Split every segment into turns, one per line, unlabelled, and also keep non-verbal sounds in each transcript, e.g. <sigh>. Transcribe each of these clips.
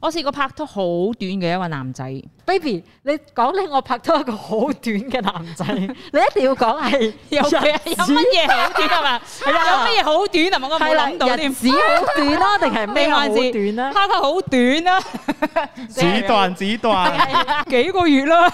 我試過拍拖好短嘅一個男仔，
Baby，你講咧，我拍拖一個好短嘅男仔， <laughs> 你一定要講係 <laughs>
有
日
嘅有
子
乜嘢好短啊嘛？有乜嘢好短啊？我
係
冇
啦，
諗到
日
添，
子好短啦，定係咩
定
好
還是
短啊啦？
拍拖好短啦，
<laughs> 子段子段，
幾個月啦。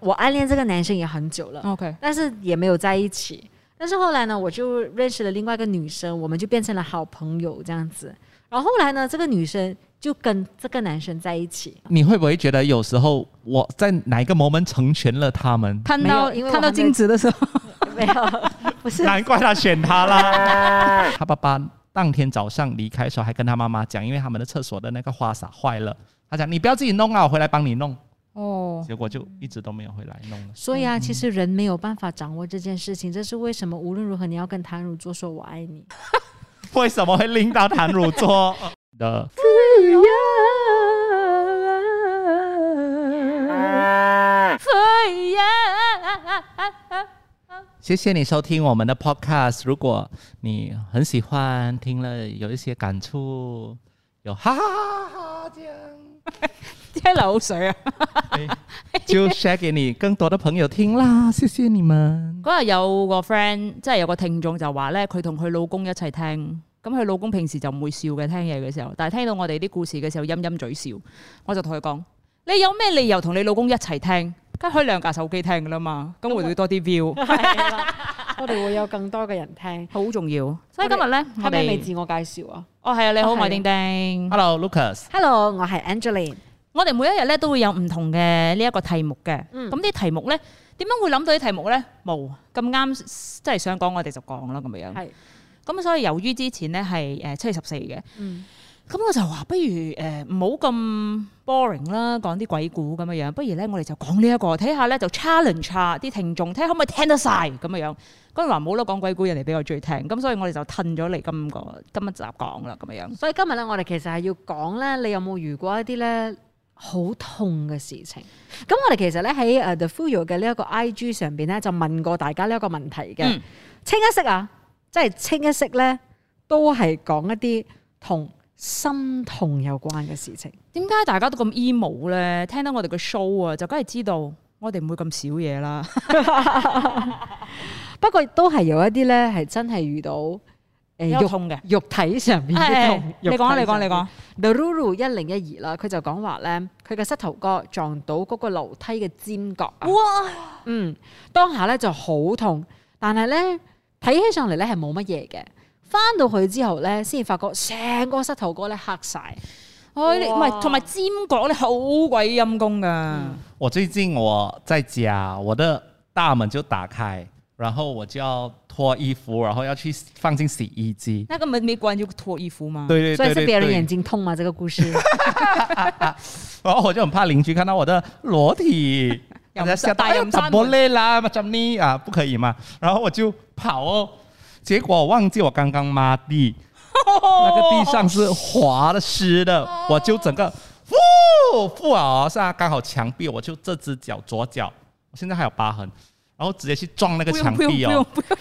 我暗戀這個男生也很久了，
OK，
但是也沒有在一起。但是後來呢，我就認識了另外一個女生，我們就變成了好朋友這樣子。然後後來呢，這個女生就跟這個男生在一 <laughs> 起。
你會不會覺得有時候我在哪一個 moment 成全了他們？
看
沒
到
啊有因為我
看到
還沒
鏡子的時候，
沒有，不是
难怪他选他啦。他爸爸当天早上離開的時候，還跟他媽媽講，因為他們的廁所的那個花灑壞了，他講你不要自己弄啊，我回來幫你弄。
哦，
結果就一直都沒有回來弄了。
所以啊，其實人沒有辦法掌握這件事情，這是為什麼無論如何你要跟譚汝作說我愛 <laughs> 你。
為什麼會拎到彈乳座的？謝謝你收聽我們的 podcast。如果你很喜歡，聽了有一些感觸，有哈哈哈哈這樣，
<laughs> 一流水啊！
就 share 給你更多的朋友聽啦。謝謝你們。
嗰日有個 friend，即係有個聽眾就話咧，佢同佢老公一齊聽，咁佢老公平時就唔會笑嘅，聽嘢嘅時候，但係聽到我哋啲故事嘅時候，陰陰嘴笑，我就同佢講：你有咩理由同你老公一齊聽？梗係開兩架手機聽噶啦嘛，咁會會多啲 view，
<laughs> 我哋會有更多嘅人
<laughs>
聽。
好重要。所以今日咧，
係
我
咪未
哋
自我介紹啊
哦係啊，你好，
哦係啊
我係丁丁。
Hello，Lucas。
？Hello，我係 Angeline。
我哋每一日咧都會有唔同嘅呢一個題目嘅，
嗯
咁啲、題目咧點樣會諗到啲題目咧？冇啊咁啱，即係想講我哋就講啦咁樣。
係，
咁所以由於之前咧係誒七月十四嘅，
嗯，
咁我就話不如誒唔好咁 boring 啦，講啲鬼故咁樣樣，不如咧我哋就講呢一個，睇下咧就 challenge 下啲聽眾，睇下可唔可以聽得晒咁樣樣。咁話冇啦，講鬼故人哋比較中意聽，咁所以我哋就褪咗嚟今個今一集講啦咁樣樣。
所以今日咧，我哋其實係要講咧，你有冇遇過一啲咧好痛嘅事情？咁我哋其實咧喺誒 The Fuyoh 嘅呢一個 IG 上邊咧，就問過大家呢一個問題嘅。
嗯
清一色啊，即係清一色咧，都係講一啲同心痛有關嘅事情。
點解大家都咁 emo 咧？聽到我哋嘅 show 啊，就梗係知道我哋唔會咁少嘢啦。
不過都係有一啲咧，係真係遇到誒、呃
有
肉
痛嘅。
肉體上面嘅
係
痛
係。你講啊，
肉
你
體
講，
上
你
面
講。。
The Ruru 一零一二啦，佢就講話咧，佢嘅膝頭哥撞到嗰個樓梯嘅尖角啊。
哇！
嗯，當下咧就好痛，但係咧睇起上嚟咧係冇乜嘢嘅。翻到去之後咧，先發覺成個膝頭哥咧黑晒。
哦唉，你唔
哇嗯
係同埋尖角咧，好鬼陰功㗎。
我最近我在家，我的大门就打開，然後我就要脫衣服，然後要去放進洗衣機。
那個美美國人就脫衣服嘛。
對對
所以
對
是
對
別人
對
眼。睛痛嘛？這個故 <laughs> 事
然哦後我就很怕鄰居看到我的裸體，
<laughs> 又唔
大家嚇到
但又唔
哎
閂
呀
門
怎麼累啦？怎麼呢啊？不可以嘛？然後我就跑哦，結果我忘記我剛剛抹
<laughs>
地，那個地上是滑的濕的，
哦
我就整個呼呼啊，是啊，剛好牆壁，我就這只腳左腳，我現在還有疤痕，然後直接去撞那個
不用
牆
不用
壁
不
哦
用，不用。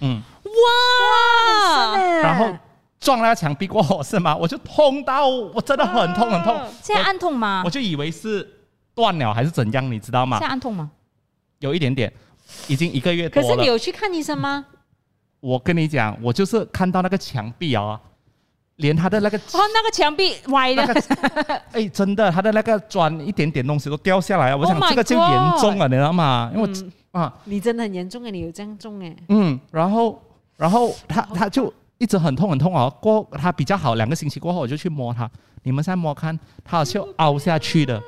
嗯，
哇！
然
然
後
哎
撞那個牆壁過後是嗎？我就痛到我真的很痛很痛，
現嗯在按痛嗎
我？就以為是斷了還是怎樣，你知道嗎
現在？按痛嗎？
有一點點，已經一個月
可
多
是你
了。
有去看醫生嗎？
我跟你講，我就是看到那個牆壁啊、連它的那個
哦，那個牆壁歪
<laughs> 那
的。
個，哎，真的，它的那個磚一點點東西都掉下啊來，我
Oh
想
my 嗯
這個就嚴重了，你知道嗎？因為我、啊，
你真的很嚴重嘅，你有這樣重嘅。
嗯，然後然後他
Oh
他就一直很痛很痛哦。過他比較好，兩個星期過後我就去摸它，你們再摸看，它好像有凹下去的，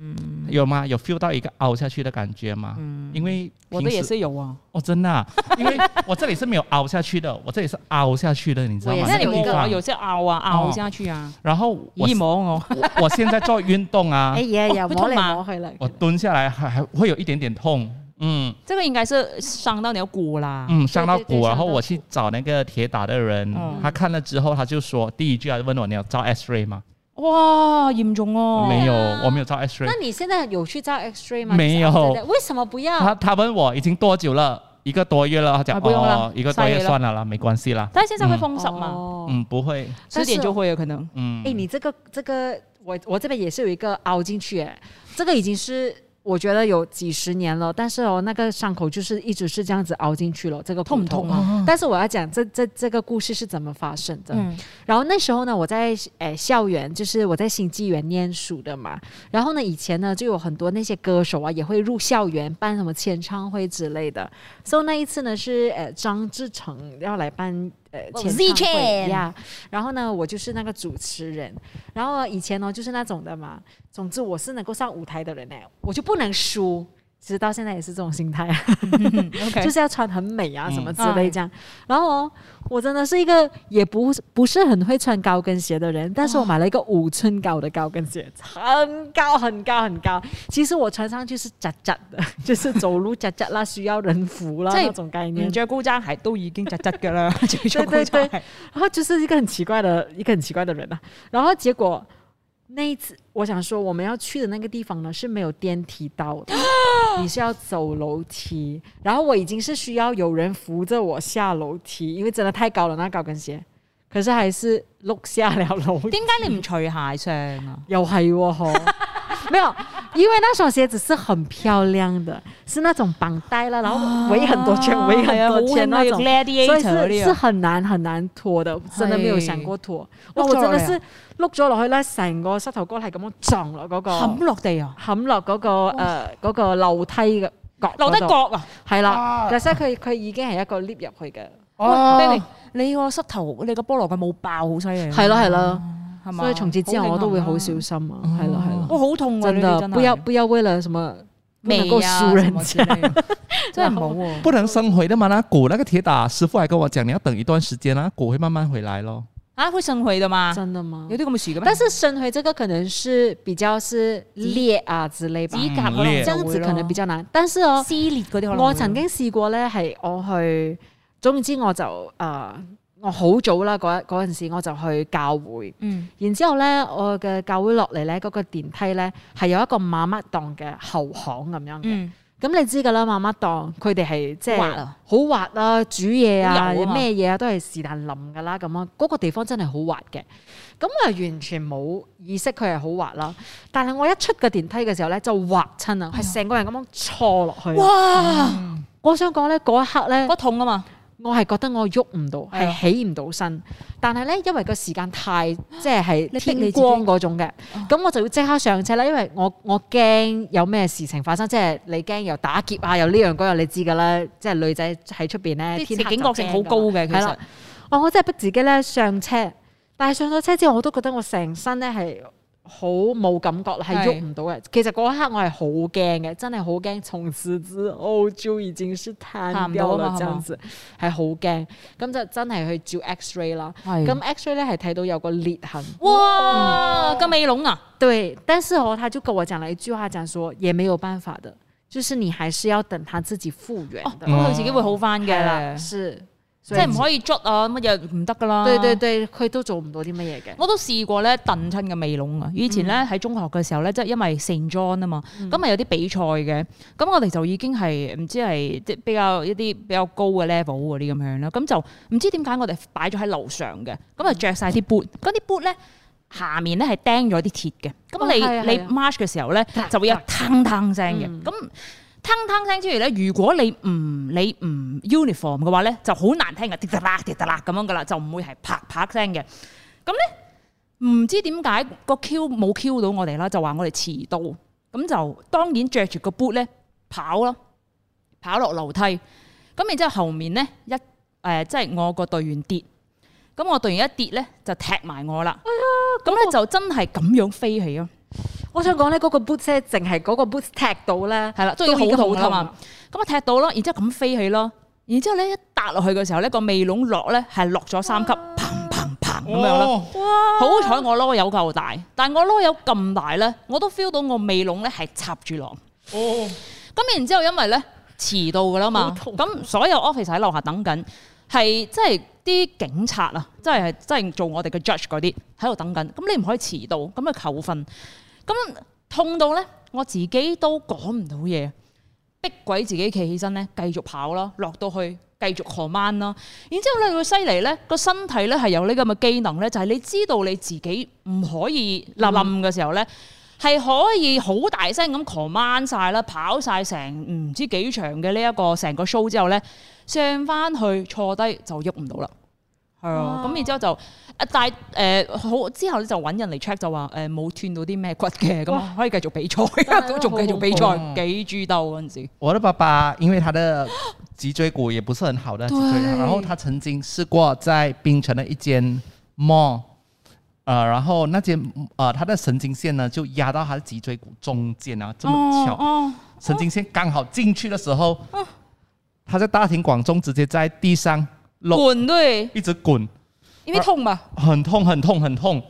嗯
有嗎？有 feel 到一個凹下去的感覺嗎？因為
我的
平
也
時
是有啊。
哦，真的、啊， <laughs> 因為我這裡是沒有凹下去的，我這裡是凹下去的，你知道
我
嗎
也？
那你
是
那個
摸
地
我
方
有些凹啊，凹下去啊。哦
然後我
咦，摸我。
哦我我現在做運動啊
<laughs> 哎，呀呀，
哦不
摸
痛
嚟
嗎
摸去啦。
我蹲下來還還會有一點點痛，嗯
這個應該是傷到你的骨啦。
嗯，傷到
對對
骨。
對
然後
傷到
我去找那個鐵打的人
嗯，
他看了之後，他就說第一句啊問我你有照 X ray 嗎？
哇，嚴重哦。
沒有，我沒有照 X
那
ray。
你現在有去照 X-ray 嗎？
沒有
你是 X-ray 的為什麼不要？哦
他他問我已經多久了，一个多月了，他讲
啊不用了
哦，一个多
晒
月
黑了
算了啦，没关系啦。
但是现在会封城嘛？
哦，
嗯，不会，
十点
但是
就会有可能。
嗯
哎、，你这个这个，我我这边也是有一个凹进去，哎，这个已经是我觉得有几十年了，但是哦，那个伤口就是一直是这样子凹进去了，这个
痛不
骨头哦
痛啊？
但是我要讲这这这个故事是怎么发生的。
嗯， <laughs>
然后那时候呢，我在诶校园，就是我在新纪元念书的嘛。然后呢，以前呢就有很多那些歌手啊，也会入校园办什么签唱会之类的。所、so, 以那一次呢是呃张志成要来办呃
哦
签
Z
唱会
Chan
呀然后呢我就是那个主持人。然后以前呢就是那种的嘛，总之我是能够上舞台的人呢，我就不能输。其实到现在也是这种心态。
嗯 OK，
就是要穿很美啊什么之
嗯
类这样。然后、哦、我真的是一个也不是不是很会穿高跟鞋的人，但是我买了一个五寸高的高跟鞋，很高很高很高。其实我穿上去是窄窄的， <laughs> 就是走路窄窄啦，需要人扶啦
即係
那种概念
唔。着高踭鞋都已經窒窒㗎 <laughs> 啦，着咗高
對對
踭鞋。
然后就是一个很奇怪的一个很奇怪的人啊。然后结果那一次，我想说我们要去的那个地方呢是没有电梯到的，你是要走楼梯。然后我已经是需要有人扶着我下楼梯，因为真的太高了那高跟鞋，可是还是碌下了楼梯。
點解你唔除鞋上啊？
又系喎，吼哦没有，因为那双鞋子是很漂亮的，是那种绑带啦，然后围很多圈，围
係啊啊
很
好
多圈
興啊
那
要
种。所以
gladiator 嗰
是
啲
是
啊，
很難很難拖的，真係
係
沒有想過拖。哇！
碌咗
我真
落嚟啊
係是碌咗落去咧，成個膝頭哥係咁樣撞落嗰、個
冚落地啊，
冚落嗰個呃嗰個樓梯嘅角嗰度，
落得角啊！
係啦
啊。
但係佢佢已經係一個 lift 入去嘅，
哦
喂，Baby，你個膝頭你個菠蘿佢冇爆，好犀利啊。
係咯係咯。
係嘛？
嗯所以從此之後我都會好小
好慶幸
心啊，係咯係
啊。
咯，
我好痛啊！
真
呢啲
的
真係
不要不要為了什麼不能夠
未啊
輸
什
人
麼之
家。
類嘅 <laughs> 真係唔好喎。
不能生回的嘛，那骨那个铁打师傅还跟我讲，你要等一段时间啊，骨会慢慢回来咯。
啊，會腎回㗎嘛？
真的嗎
有？啲咁嘅事嘅咩？
但是深灰這個可能是比較是裂啊之類吧，
指甲可
嗯
能
裂
這樣子可能比較難。但是哦，
撕裂嗰啲可能會。
我曾經試過咧，係我去，總之我就誒、呃我好早啦嗰嗰陣時，我就去教會，
嗯
然之後咧，我嘅教會落嚟咧，嗰、個電梯咧係有一個媽媽檔嘅後巷咁樣嘅。
嗯
咁你知㗎啦，媽媽檔佢哋係即係
好滑啊
好滑啊，煮嘢啊，
好油啊嘛
咩嘢啊都係是但淋㗎啦咁樣。嗰、個地方真係好滑嘅，咁我係完全冇意識佢係好滑啦。但係我一出個電梯嘅時候咧，就滑親啊，係成個人咁樣錯落去。
哎
啊嗯
哇，
我想講咧，嗰一刻咧
嗰，痛啊嘛，
我係覺得我喐唔到，
係啊
係起唔到身。但係咧，因為個時間太即係
啊你
係
逼你
天
自己
光嗰種嘅
哦，
咁我就要即刻上車啦。因為我我驚有咩事情發生，即係你驚又打劫啊，又呢樣嗰樣，你知㗎啦。即係女仔喺出邊咧，
啲
天黑
警
就
覺性好高啊
驚㗎
嘅，其
係
實
啦。哦，我真係逼自己咧上車，但係上咗車之後，我都覺得我成身咧係好冇感覺啦，係喐唔到嘅。其實嗰一刻我係好驚嘅，真係好驚。從此之後就已經是
行唔
攤
到啊
掉
嘛
啦，
係
這樣
嘛
子係好驚。咁就真係去照 X-ray 啦。
係
咁 X-ray 咧係睇到有個裂痕，
哇，咁尾龍啊，
對，但是哦，他就跟我講了一句話，講說也沒有辦法的，就是你還是要等他自己復原
哦，咁
的。
佢自己會好翻
係啦，
嘅，
是，
即
所以
係唔可以捽啊，乜嘢唔得噶啦。
對對對，佢都做唔到啲乜嘢嘅。嗯
我都試過咧，燉親嘅味籠啊！以前咧喺中學嘅時候咧，即係因為 St John 啊嘛，咁咪有啲比賽嘅，咁我哋就已經係唔知係即係比較一啲比較高嘅 level 嗰啲咁樣啦，咁就唔知點解我哋擺咗喺樓上嘅，咁啊着晒啲 boot，嗰啲 boot 咧下面咧係釘咗啲鐵嘅，
哦
咁你、
係啊
你
係啊
march 嘅時候咧就會有騰騰聲嘅，咁、騰騰聲之餘咧，如果你唔你唔 uniform 嘅話咧，就好難聽嘅，滴嗒啦滴嗒啦咁樣噶啦，就唔會係啪啪聲嘅。咁咧唔知點解個 Q 冇 Q 到我哋啦，就話我哋遲到，咁就當然着住個 boot 咧跑咯，跑落樓梯。咁然之後後面咧一誒、呃即係我個隊員跌，咁我隊員一跌咧就踢埋我啦。咁咧、就真係咁樣飛起啊咯，
我想講咧，嗰個 boot 咧，淨係嗰個 boot 踢到咧，
係啦，都已
都已
經
經
好痛
好
啦
痛
嘛
啊。
咁啊踢到咯，然之後咁飛起咯，然之後咧一笪落去嘅時候咧，個尾籠落咧係落咗三級，砰砰砰咁樣咯。
哦，
好彩我啰柚夠大，但我啰柚咁大咧，我都 feel 到我尾籠咧係插住落。
哦，
咁然之後因為咧遲到噶啦
好
嘛，
痛
咁所有 office 喺樓下等緊，係即係啲警察啊，即係即係做我哋嘅 judge 嗰啲喺度等緊。咁你唔可以遲到，咁咪扣分。咁痛到咧，我自己都講唔到嘢。逼鬼自己企起身咧，繼續跑咯，落到去繼續 command 咯。然之後咧，你會犀利咧，個身體咧係有呢咁嘅機能咧，就係、你知道你自己唔可以冧
嗯
嘅時候咧。係可以好大聲咁 command 晒啦，跑晒成嗯唔知幾場嘅呢一個成個 show 之後咧，上翻去坐低就喐唔到啦，係啊，咁然之後就啊但係誒、呃好之後咧就揾人嚟 check 就話誒冇斷到啲咩骨嘅，咁
哇
可以繼續比賽， <laughs> 咁仲繼續比
好恐怖啊
賽，幾豬鬥嗰陣時。
我的爸爸因为他的脊椎骨也不是很好的，脊椎
对
然后他曾经试过在槟城的一间 mall，呃，然后那间呃他的神经线呢就压到他的脊椎骨中间啊，这么巧，
哦
神经线刚好进去的时候，他在大庭广众直接在地上
哦，
落，
滚对，
一直滚，
因
啊
為痛嘛，
很痛很痛很痛。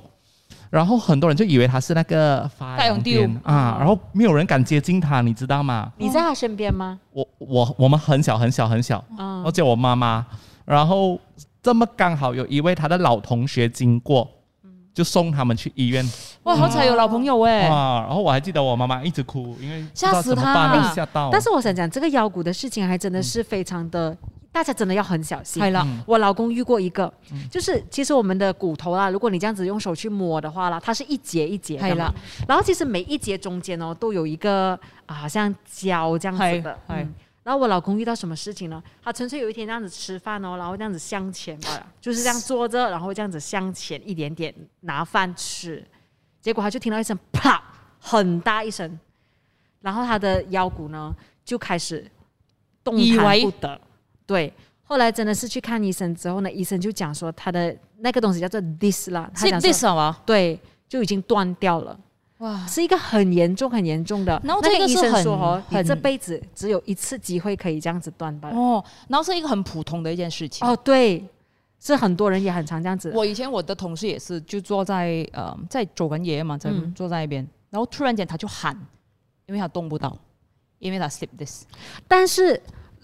然后很多人就以为他是那个发
带有
羊癫
丢嗯
啊，然后没有人敢接近他，你知道吗？
你在他身边吗？
我我我们很小很小很小，
嗯
而，且我妈妈，然后这么刚好有一位她的老同学经过，
嗯
就送他们去医院
哇，好彩有老朋友誒，
哇！然后我还记得我妈妈一直哭，因为不知道
吓死
怎么办
她
吓到。
但是我想讲这个腰骨的事情，还真的是非常的，大家真的要很小心。
係啦，
嗯
我老公遇过一个，
嗯
就是其实我们的骨头啦，如果你这样子用手去摸的话啦，它是一节一节
係
的嘛
啦。，
然后其实每一节中间哦，都有一个啊，好像胶这样子
係
的。嗯
係
然后我老公遇到什么事情呢？他纯粹有一天这样子吃饭哦，然后这样子向前
<laughs>
罢了，就是这样坐着，然后这样子向前一点点拿饭吃，结果他就听到一声啪，很大一声，然后他的腰骨呢就开始动
以
弹
为
不得，对。后来真的是去看医生之后呢，医生就讲说他的那个东西叫做 dis 啦，他
是
讲说
this 係嘛？
对，就已经断掉了。
哇！
是一个很严重、很严重的。
然后
那
这
个
个
医
是
生
很
说哦，你
很
这辈子只有一次机会可以这样子断吧。
哦，然后是一个很普通的一件事情。
哦，对，是很多人也很常这样子。
我以前我的同事也是，就坐在呃在走完爷嘛，在
嗯
坐在那边，然后突然间他就喊，因为他动不到，因为他 slip this，
但是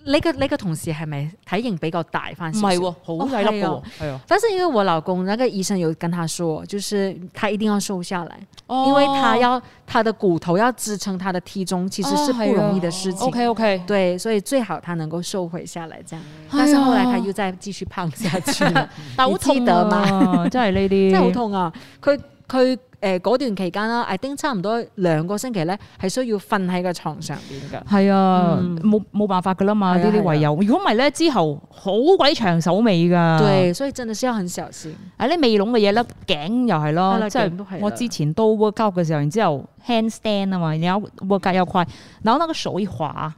那个那个同事係咪體型比較大翻
唔
少
係
少？
喎，好細粒嘅
哦
喎，
哎
係啊，
但是因為我老公那個醫生有跟他說，就是他一定要瘦下來，哦啊
哦
因為他要他的骨頭要支撐他的體重，其實是
哦
不容易的事情。
OK OK，
对，所以最好他能夠瘦回下來，這樣。但是後來他又再繼續胖下去了。
<laughs> 但哎好痛啊，真係呢啲，
<laughs> 真係好痛啊！佢佢誒嗰段期間啦，I think 差唔多兩個星期咧，係需要瞓喺個床上邊㗎。
係啊
嗯，
冇冇辦法噶啦嘛，
係啊
呢啲唯有，如果唔係咧，之後好鬼長手尾㗎。啊
對，所以真的是要很小心。
係啲尾籠嘅嘢咧，頸又係
係
咯，
啦
即
頸都係
係
啦
哦我之前都 work out 嘅時候，然之後 handstand 啊嘛，然後 work out 又快，然後那個手一滑，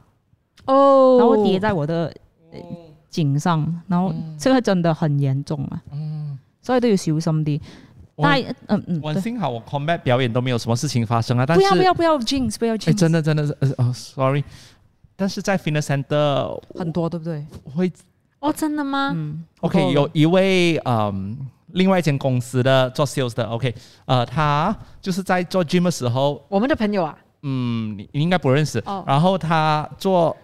哦
然後跌在我的呃頸上，然後
嗯
這個真的很嚴重啊，所以都要小心啲。
我
但係嗯嗯，
我
對
幸好我 combat 表演都没有什么事情发生啊，但
不
是
要不要不要 jinx 不要
哎，
jinx，
真的真的是呃哦，sorry，但是在 fitness center
很多對不對？
会
哦，真的嗎？
嗯
OK，
好多
有一位嗯，另外一间公司的做 sales 的 OK，呃，他就是在做 gym 的时候，
我们的朋友啊，
嗯，你你应该不认识。
哦
然后他做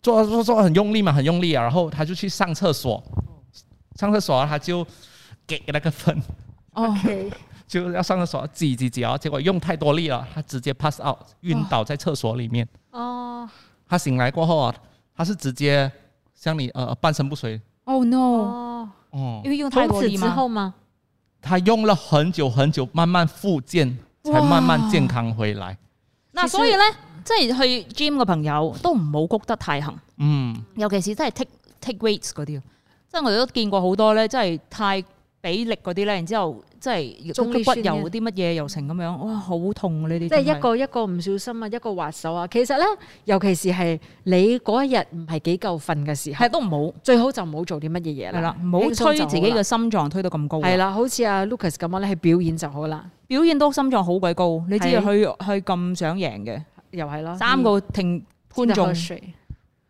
做做做很用力嘛，很用力啊。然后他就去上厕所，上厕所他就给那个分， <laughs>
哦，
就要上厕所挤挤挤啊。结果用太多力了，他直接 pass out，晕倒在厕所里面。
哦
他醒来过后啊，他是直接像你呃半身不遂。
Oh no！
哦，
哦
因，为用太啊
从
多
此
力
之
嘛，
後嗎？
他用了很久很久，慢慢复健，才
哇
慢慢健康回来。
嗱，
其實
所以咧，即係去 gym 嘅朋友都唔好谷得太行。
嗯，
尤其是真係 take take weights 嗰啲，啊即係我哋都見過好多咧，即係太俾力嗰啲咧，然之後即係
中
個骨
醫酸嘅
又啲乜嘢又成咁樣，哇，好痛啊呢啲
即係
真係！
一個一個唔小心啊，一個滑手啊。其實咧，尤其是係你嗰一日唔係幾夠瞓嘅時候
係，都唔
最好就唔好做啲乜嘢嘢
好係
啦
啦，。唔好
輕鬆
推
就
自己
好啦
嘅心臟推到咁高。啊
係，啦，好似阿 Lucas 咁樣咧，係表演就好啦，
表演都心臟好鬼高，你知
係
佢佢咁想贏嘅，
又係咯，
三個聽觀
記得喝
眾
水。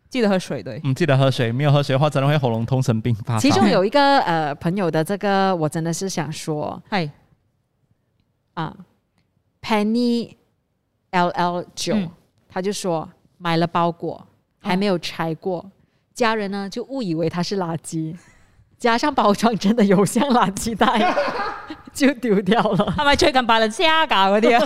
知道佢誰對。
唔記得喝水，沒有喝水的話，真的會喉嚨痛、生病、發
其
燒。
中有一个呃朋友的这个，我真的是想说
係
啊，Penny L L 九
嗯，
他就说买了包裹还没有拆过，家人呢就误以为它是垃圾，加上包装真的有像垃圾袋， <laughs> 就丢掉了。
係咪最近 Balenciaga 嗰啲啊？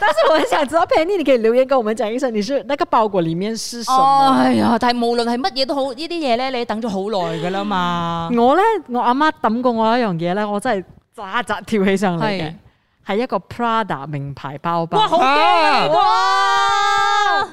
但是我很想知道 Penny，你可以留言跟我们讲一声，你是那个包裹里面是什么？
哎呀！但係無論係乜嘢都好，呢啲嘢咧，你等咗好耐噶啦嘛。
我咧，我阿媽抌過我一樣嘢咧，我真係扎扎跳起上嚟
係
嘅，係一個 Prada 名牌包包。
哇！好驚哇！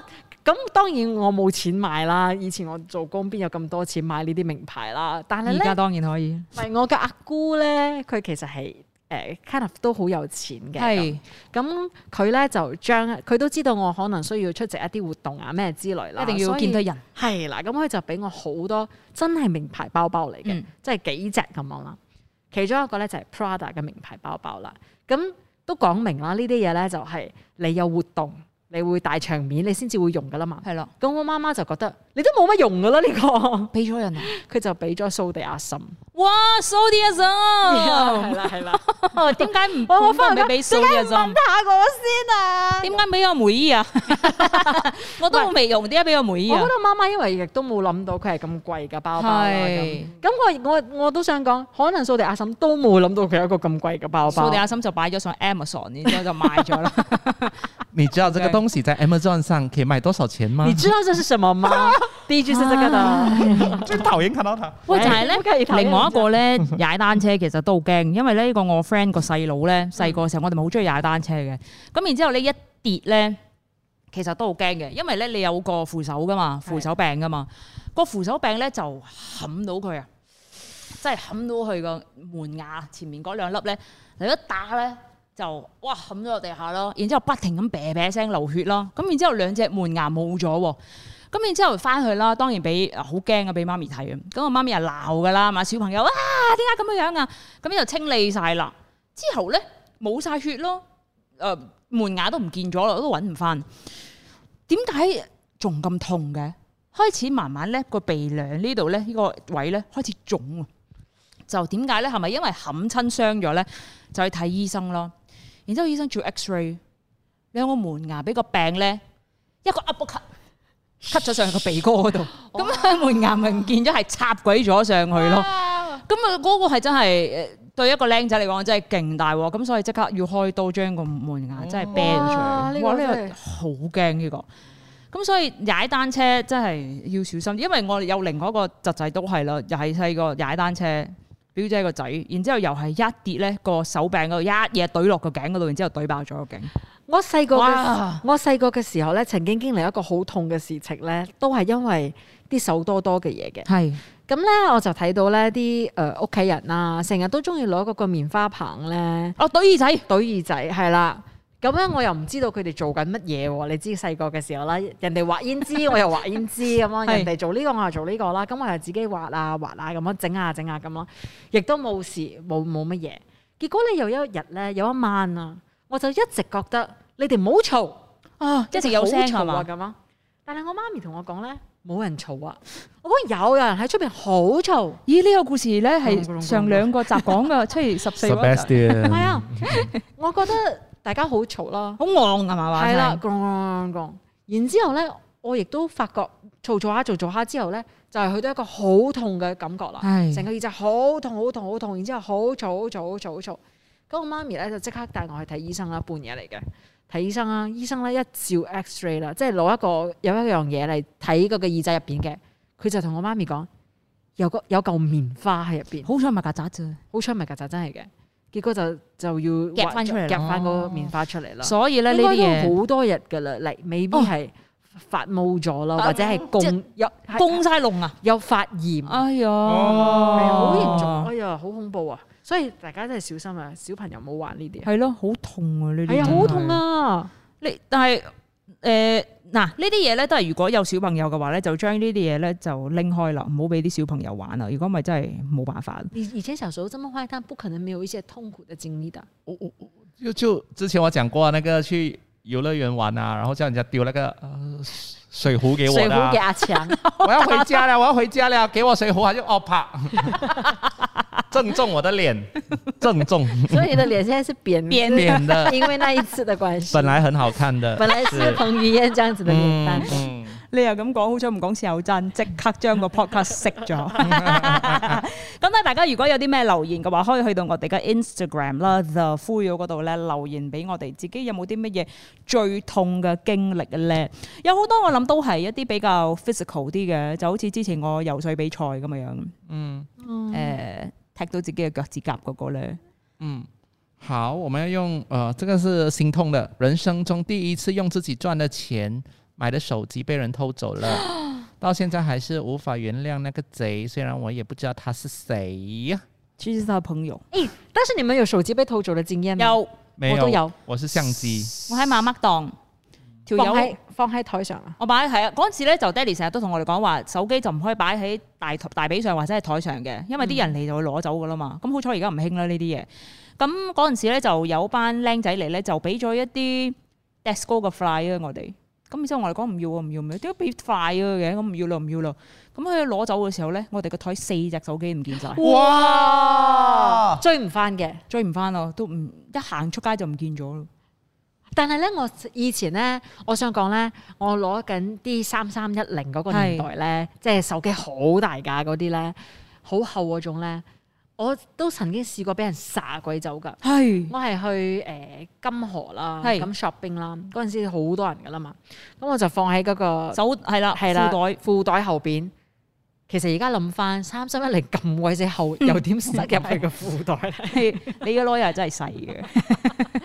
咁當然我冇錢買啦，以前我做工邊有咁多錢買呢啲名牌啦？但係
而家
咧，
當然可以，
唔係我嘅阿姑咧，佢其實係誒、呃 kind of 都好有錢嘅。
係
咁佢咧就將佢都知道我可能需要出席一啲活動啊咩之類啦，
一定要見到人。
係啦，咁佢就俾我好多真係名牌包包嚟嘅，
嗯
即係幾隻咁樣啦。其中一個咧就係 Prada 嘅名牌包包啦。咁都講明啦，呢啲嘢咧就係你有活動，你會大場面，你先至會用噶啦嘛。
係咯，
咁我媽媽就覺得你都冇乜用噶啦呢
俾咗人啊！
個，佢 <laughs> 就俾咗掃地阿嬸。
哇！Sony 一哦
<laughs> 係啦係啦，
陣，點解唔
我
我
我翻
翻
去
去俾 Sony 一陣？
下我先啊！
點解俾我梅姨啊？我都未用，點解俾我梅姨
我覺
啊？
得媽媽因為亦都冇諗到佢係咁貴嘅包包啦。咁
係
咁我我我都想講，可能掃地阿嬸都冇諗到佢有一個咁貴嘅包包。
掃地阿心就擺咗上 Amazon，然之後就賣咗啦。
你知道这个东西在 Amazon 上可以卖多少钱吗
你？知道这是什么吗？第一句是这个的，
最讨厌看到 <laughs> 它。
喂，但係
哎不可
咧，
以討論
另外一個咧 <laughs> 踩單車其實都好驚，因為咧呢個我 friend 個細佬咧細個嘅時候，我哋咪好中意踩單車嘅。咁然之後咧一跌咧，其實都好驚嘅，因為咧你有個扶手噶嘛，扶手柄噶嘛，個扶手柄咧就冚到佢啊，即係冚到佢個門牙前面嗰兩粒咧，你一打咧。就哇冚咗落地下咯，然之後不停咁啤啤聲流血啦，咁然之後兩隻門牙冇咗喎，咁然之後翻去啦，當然俾啊好驚啊，俾媽咪睇啊，咁我媽咪又鬧噶啦，嘛小朋友啊點解咁樣樣啊？咁就清理晒啦，之後咧冇晒血咯，呃誒、門牙都唔見咗啦，都揾唔翻，點解仲咁痛嘅？開始慢慢咧個鼻梁呢度咧呢個位咧開始腫喎，就點解咧？係咪因為冚親傷咗咧？就去睇醫生咯，然之後醫生做 X-ray，你有個門牙俾個病咧一個 up 咳。吸咗上去個鼻哥
<laughs>
嗰度，咁啊門牙咪唔見咗，係插鬼咗上去咯。咁啊嗰個係真係誒對一個僆仔嚟講真係勁大鑊，咁所以即刻要開刀將個門牙真係啤咗
哇
出
呢
嚟。
個
哇！呢
真係
個好驚呢個。咁所以踩單車真係要小心，因為我有另外一個侄仔都係啦，又係細個踩單車，表姐個仔，然之後又係一跌咧個手柄嗰度，一嘢懟落個頸嗰度，然之後懟爆咗個頸。
我細個嘅
哇
我細個嘅時候咧，曾經經歷一個好痛嘅事情咧，都係因為啲手多多嘅嘢嘅。
係
咁咧我就睇到咧啲誒屋企人啊，成日都中意攞嗰個棉花棒咧。
哦，懟耳仔。
懟耳仔，係啦。咁樣我又唔知道佢哋做緊乜嘢喎，你知細個嘅時候啦，人哋畫胭脂，我又畫胭脂咁樣，
係
人哋做呢、個我又做呢、個啦，咁我又自己畫啊畫啊咁樣整下整下咁咯，亦都冇事冇冇乜嘢。結果咧有一日咧有一晚啊，我就一直覺得你哋唔好嘈，
啊，一直有聲
你哋
係
唔好嘈
嘛？
啊咁啊。但係我媽咪同我講咧，冇人嘈啊，我講有有人喺出邊好嘈，唔
咦，呢、個故事咧
咕隆咕
係
隆
上兩個集講嘅， <laughs> 七月十四嗰集，
係
Sebastian，
啊，我覺得大家好嘈啦。
好昂啊嘛話
係啦，
聲
咣咣咣，然之後咧，我亦都發覺做做下做做下之後咧，就係去到一個好痛嘅感覺啦，
係
成個耳仔好痛好痛好痛，然之後好嘈好嘈好嘈好嘈。咁我媽咪咧就即刻帶我去睇醫生啦，半夜嚟嘅睇醫生啦，醫生咧一照 X-ray 啦，即係攞一個有一樣嘢嚟睇嗰個耳仔入邊嘅，佢就同我媽咪講有個有嚿棉花喺入邊，
好彩唔係曱甴啫。
好彩唔係曱甴真係嘅，結果就就要
夾返出嚟啦
夾翻個棉花出嚟啦。
所以咧呢啲
應該
嘢
都好多日㗎啦，嚟未必
哦
係發毛咗咯，
啊
或者係
即
共有
供晒龍啊！
有發炎，係
哎呀，
哦
啊好
嚴
嚴重，。哎呀，好恐怖啊！所以大家真係小心啊，小朋友唔好玩呢啲啊，
係咯，好痛啊！呢啲
係啊，
真係
好痛！啊！
你但係誒嗱呢啲嘢咧，都係如果有小朋友嘅話咧，就將呢啲嘢咧就拎開啦，唔好俾啲小朋友玩啊啦。如果唔係真係冇辦法。
你以前小時候這麼壞，但不可能沒有一些痛苦的經歷的。
就就之前我讲过那个去游乐园玩啊，然后叫人家丢那个、呃、水壶给我
水
的啊、
壺嘅阿強，
<laughs>
我要回家了，我 <laughs> 要回家了，给我水壶，他就哦 <laughs> 啪，正中我的脸，正中
所以你的臉現在是扁 <laughs>
扁
的，
脸的，
因為那一次的關係。
本來很好看的，
本來是彭于晏這樣子的臉蛋，
嗯
你又咁講，好彩唔講豉油真，即刻將個 <laughs> podcast 熄咗。
嗯
咁咧，大家如果有啲咩留言嘅話，可以去到我哋嘅 Instagram 啦，The f u y o 嗰度咧留言俾我哋，自己有冇啲乜嘢最痛嘅經歷咧？有好多我諗都係一啲比較 physical 啲嘅，就好似之前我游水比賽咁樣樣，誒、
嗯
踢到自己嘅腳趾甲嗰個咧。
嗯， <laughs> 好，我们要用呃，这个是心痛的，人生中第一次用自己赚的钱买的手机被人偷走了，到现在还是无法原谅那个贼，虽然我也不知道他是谁。
其實他朋友
诶，哎但是你们有手机被偷走的经验吗？
有，我
没
我都有
我是相机。
喺媽媽檔條
放
友。
喺放喺台上啊？
我擺係啊，嗰陣時咧就爹哋成日都同我哋講話，手機就唔可以擺喺大大髀上或者係台上嘅，因為啲
嗯
人嚟就會攞走噶啦嘛。咁好彩而家唔興啦呢啲嘢。咁嗰陣時咧就有班僆仔嚟咧，就俾咗一啲 Desco 嘅 fly 啊我哋。咁然之後我哋講唔要啊唔要唔要，點解俾 fly 啊嘅？咁唔要啦唔要啦。咁佢攞走嘅時候咧，我哋個台四隻手機唔見晒，
哇！
追唔翻嘅。
追唔翻咯，都唔一行出街就唔見咗咯。
但係咧，我以前咧，我想講咧，我攞緊啲三三一零嗰個年代咧，即係手機好大架嗰啲咧，好厚嗰種咧，我都曾經試過俾人殺鬼走㗎。
係
我係去誒、呃金河啦，
係
咁 shopping 啦，嗰陣時好多人㗎啦嘛，咁我就放喺嗰、個
手係啦，
係
褲
啦
袋
褲袋後邊。其實而家諗翻，三三一零咁鬼死
<laughs>
厚，又點塞入去個褲袋咧？
係你嘅 lawyer 真係細嘅，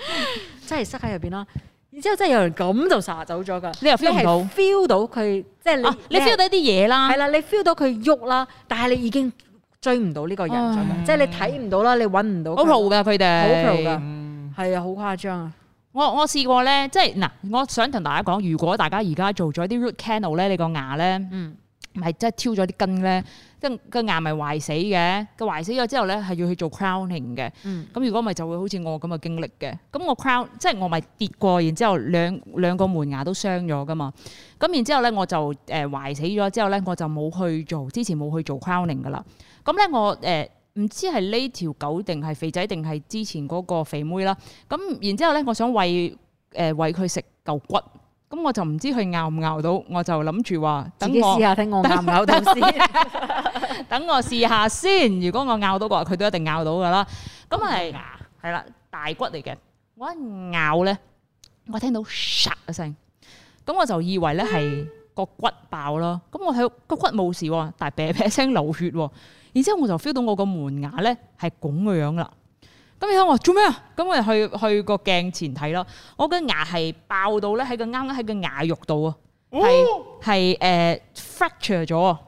真係塞喺入邊啦。然之後真係有人咁就殺走咗㗎， <laughs>
你又 feel 唔
係
到
feel 到佢，即係你、
啊你 feel
到
到一啊啲嘢啦
係。啦，你 feel 到佢喐啦，但係你已經追唔到呢個人咗㗎，即係你睇唔到啦，你揾唔到佢，
好 pro 噶佢哋，
好 pro 㗎
嗯，
係啊，好誇張啊！
我我試過咧，即係嗱，我想同大家講，如果大家而家做咗啲 root canal 咧，你個牙咧，
嗯
唔係即係挑咗啲根咧，即係個牙咪壞死嘅，個壞死咗之後咧係要去做 crowning 嘅。
嗯
咁如果咪就會好似我咁嘅經歷嘅。咁我 crown 即係我咪跌過，然之後兩兩個門牙都傷咗噶嘛。咁然之後咧我就誒、呃、壞死咗之後咧，我就冇去做，之前冇去做 crowning 噶啦。咁咧我誒。呃唔知係呢條狗定係肥仔定係之前嗰個肥妹啦，咁然之後咧，我想喂誒喂佢食嚿骨，咁我就唔知佢咬唔咬到，我就諗住話
自
等
己
我
試下睇我咬唔咬到先。
<laughs> 等我試下先。如果我咬到嘅話，佢都一定咬到噶啦。咁係係啦，大骨嚟嘅。我一咬咧，我聽到唰一聲，咁我就以為咧係個骨爆咯。咁我睇個骨冇事喎，但係啤啤聲流血喎。然之後我就 feel 到我個門牙咧係拱嘅樣啦。咁然後我話做咩啊？咁我就去去個鏡前睇啦。我嘅牙係爆到咧喺個啱啱喺個牙肉度啊，係係誒 fracture 咗啊！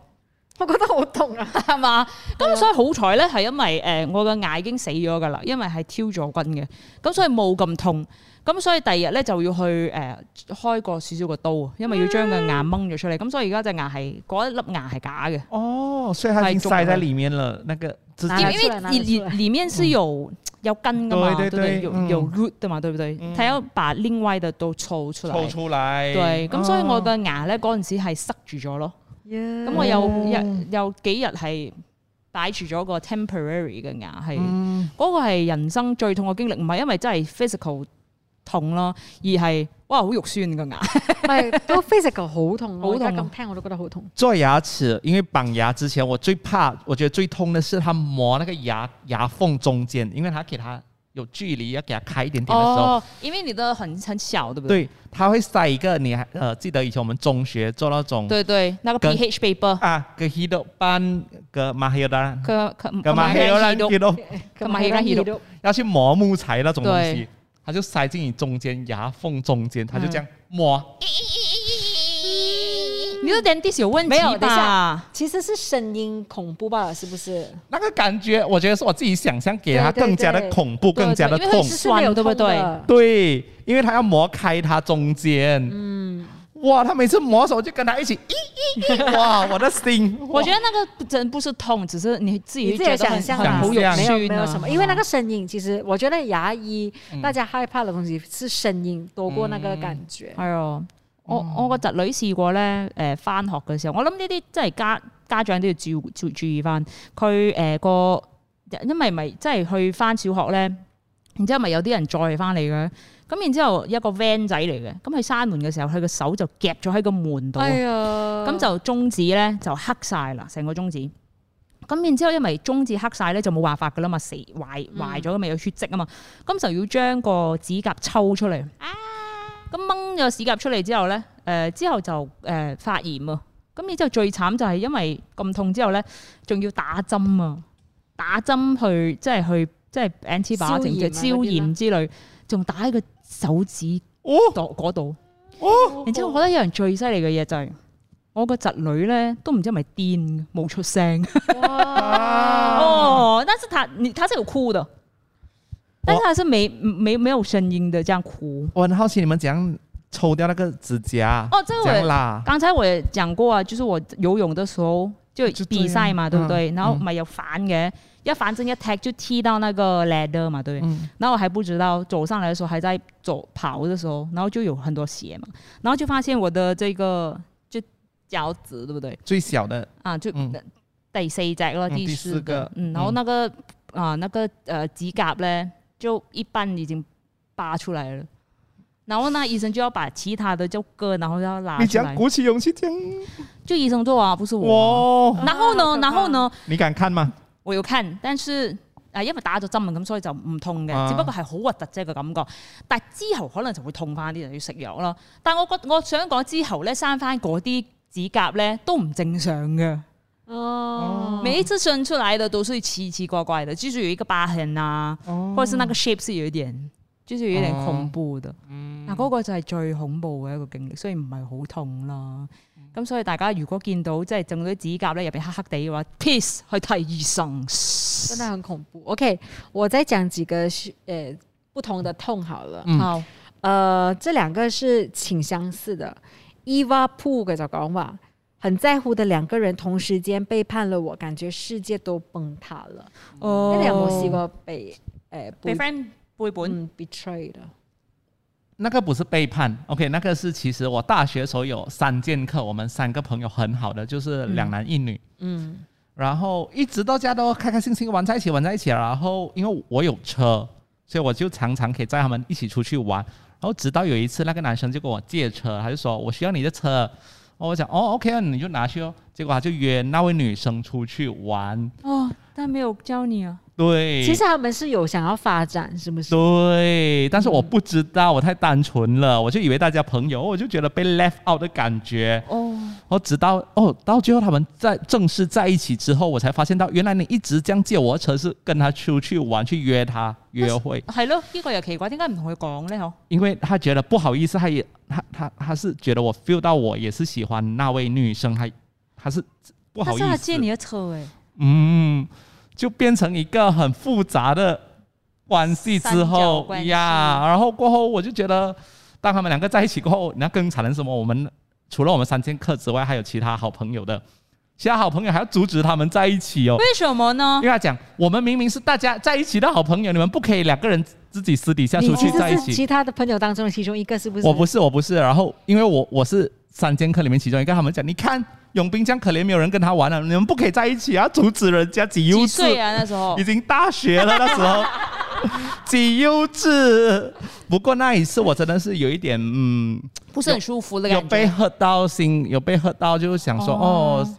我覺得好痛啊！
係嘛？咁所以好彩咧，係因為誒、呃我嘅牙已經死咗㗎啦，因為係挑咗筋嘅，咁所以冇咁痛。咁所以第二日咧就要去誒、呃、開個少少個刀啊，因為要將個牙掹咗出嚟。咁所以而家隻牙係嗰一粒牙係假嘅，
哦，所以它已经塞在里面了，那个直
拿
因
了
為
接
因
出來拿了
為
出
裡
來
裡面是有有根㗎嘛，
對
對
對
不對？
對
有
嗯
有 root 的嘛，對不對？
嗯
他要把另外的都抽出
抽
來。
出来。
對，咁所以我
哦
嘅牙咧嗰陣時係塞住咗咯。咁
咁
我有有
哦
有幾日係擺住咗個 temporary 嘅牙係。
嗯
嗰個係人生最痛嘅經歷，唔係因為真係 physical 痛咯，而係哇好肉酸個牙。
唔係都 physical 好痛啊，我而家
好痛啊
咁聽我都覺得好痛。
做牙齿，因为绑牙之前，我最怕，我觉得最痛的是它磨那个牙牙缝中间，因为它给它有距离，要给它开一点点的时候，，
哦因為你的很很小，對不對？
对，它会塞一个。你还呃记得以前我们中学做那种
對對，那個
跟
pH paper，
啊，ke hidup pan ke mahayuran
佢佢
ke mahayuran hidup
咁
啊
咪而家熱到
要去磨木材那种东
对嗯
西，它就塞进你中间牙缝中间，它就这样磨。
你有點 dis 有問
沒有
題
等
吧
一下？其實是聲音恐怖吧？是不是？
那个感觉，我觉得是我自己想象给它
对对
更加的
对
恐怖，
对
更加的
对因为
痛
是。
沒
酸
有
對不
痛的
對？
对，因为他要磨开它中间。嗯，哇，他每次磨的时候我就跟他一起，咦
<laughs>
咦咦，哇，我的心，
我覺得那個真不是痛，只是你自己
你自
覺得
己想
很
象
很
啊，
好
想
肉
没
象
有
酸
沒有什
啊
麼，。因為那個聲音，其實我覺得牙醫
嗯
大家害怕的東西是聲音多過那個感覺。
係啊，我我個侄女試過咧，誒翻學嘅時候，我諗呢啲真係家家長都要注呃注注意翻佢誒個，因為咪即係去翻小學咧，然之後咪有啲人載翻嚟嘅，咁然之後一個 van 仔嚟嘅，咁佢閂門嘅時候，佢個手就夾咗喺個門度啊，
哎呀，
咁就中指咧就黑晒啦，成個中指。咁然之後，因為中指黑晒咧，就冇辦法噶啦嘛，死壞
嗯
壞咗咁咪有血跡啊嘛，咁就要將個指甲抽出嚟。
啊
咁掹咗指甲出嚟之後咧，誒、之後就誒、發炎啊。咁然之後最慘就係因為咁痛之後咧，仲要打針啊，打針去即係去即係 antibiotic 嘅
消炎啊
消炎之類，仲打喺個手指
哦
度嗰度。
哦
然之後，我覺得有人最犀利嘅嘢就係、我個侄女咧，都唔知係咪癲，冇出聲。哦，但是她你她是有哭的，但是她是沒沒沒有聲音的，這樣哭。
我很好奇你們怎样抽掉那个指甲？
哦这个我
怎样啦，
剛才我也講過啊，就是我游泳的時候就
就對啊
比賽嘛，對不對？
嗯
然後咪有反嘅，一反正一踢就踢到那個 ladder 嘛，對不對。
嗯，
然後我還不知道走上來的時候還在走跑的時候，然後就有很多血嘛，然後就發現我的這個就腳趾，對不對？
最小的
啊，就
嗯
第四隻咯，
嗯
第
第
四
四
個
個，
嗯，然後
嗯
那個啊，那個呃指甲咧，就一半已經拔出來了，然後呢，醫生就要把其他的就割，然后要拿
你
出
讲
來，
鼓起勇气讲，
就醫生做啊，不是我啊。
哇，
然後呢，
啊可怕
然後呢，
你敢看吗？
我有看，但是啊，因為打咗針啊，咁所以就唔痛嘅，
啊
只不過係好核突啫個感覺。但之後可能就會痛翻啲，就要食藥咯。但我覺我想講之後咧，生翻嗰啲指甲咧都唔正常嘅。
<laughs> 哦，
每一次生出来的都是奇奇怪怪的，就是有一个疤痕啊，
哦
或者是那個 shape 是有一點，就是有一點恐怖的。
嗯
嗱、嗰個就係最恐怖嘅一個經歷，雖然唔係好痛啦。
嗯
咁所以大家如果見到即係整到啲指甲咧入邊黑黑地嘅話 p e c e 去睇醫生。
真的很恐怖。OK，我再讲几个是呃不同的痛好了。
嗯
好，
呃，这两个是挺相似的。Eva Pu 嘅就讲话，很在乎的两个人同时间背叛了我，感觉世界都崩塌了。
哦
你哋有冇试过被诶
被 friend 背叛？
嗯 betray 啦？
那个不是背叛，OK，那个是其实我大学时候有三剑客，我们三个朋友很好的，就是两男一女，
嗯，
然后一直到家都开开心心玩在一起，玩在一起。然后因为我有车，所以我就常常可以载他们一起出去玩。然后直到有一次，那个男生就跟我借车，他就说我需要你的车。哦我讲哦，OK 啊，你就拿去哦。结果他就约那位女生出去玩，
哦，但没有教你啊。
对，
其实他们是有想要发展，是不是？
对，但是我不知道，我太单纯了，我就以为大家朋友，我就觉得被 left out 的感觉。
哦，
我直到哦，到最后他们在正式在一起之后，我才发现到，原来你一直这样借我的车是跟他出去玩，去约他约会，
係咯，呢、個又奇怪，點解唔同佢講咧？嗬，
因为他觉得不好意思，他也他他他是觉得我 feel 到我也是喜欢那位女生，他他是不好
但
意
是他借
思，
你嘅車誒，
嗯，就变成一个很复杂的关系之
三角
后
关系
呀，然后过后我就觉得，当他们两个在一起过后，你要更惨的是什么？我们除了我们三剑客之外，还有其他好朋友的，其他好朋友还要阻止他们在一起哦，
為什麼呢
因？为他讲，我们明明是大家在一起的好朋友，你们不可以两个人自己私底下啊出
你其
去
实
在一
是
起。
其他的朋友当中的其中一个，是不是？
我不是，我不是。然后因为我我是三剑客里面其中一个，他们讲，你看永斌这样可怜，没有人跟他玩了，你们不可以在一起啊，阻止人家几幼
幾
稚
歲啊？那時候
已经大学了那时
<laughs>
候，几幼稚。不过那一次我真的是有一点，嗯，
不是很舒服的
有
感
被
覺。
喝到心，有被喝到，就是想说，
哦
哦，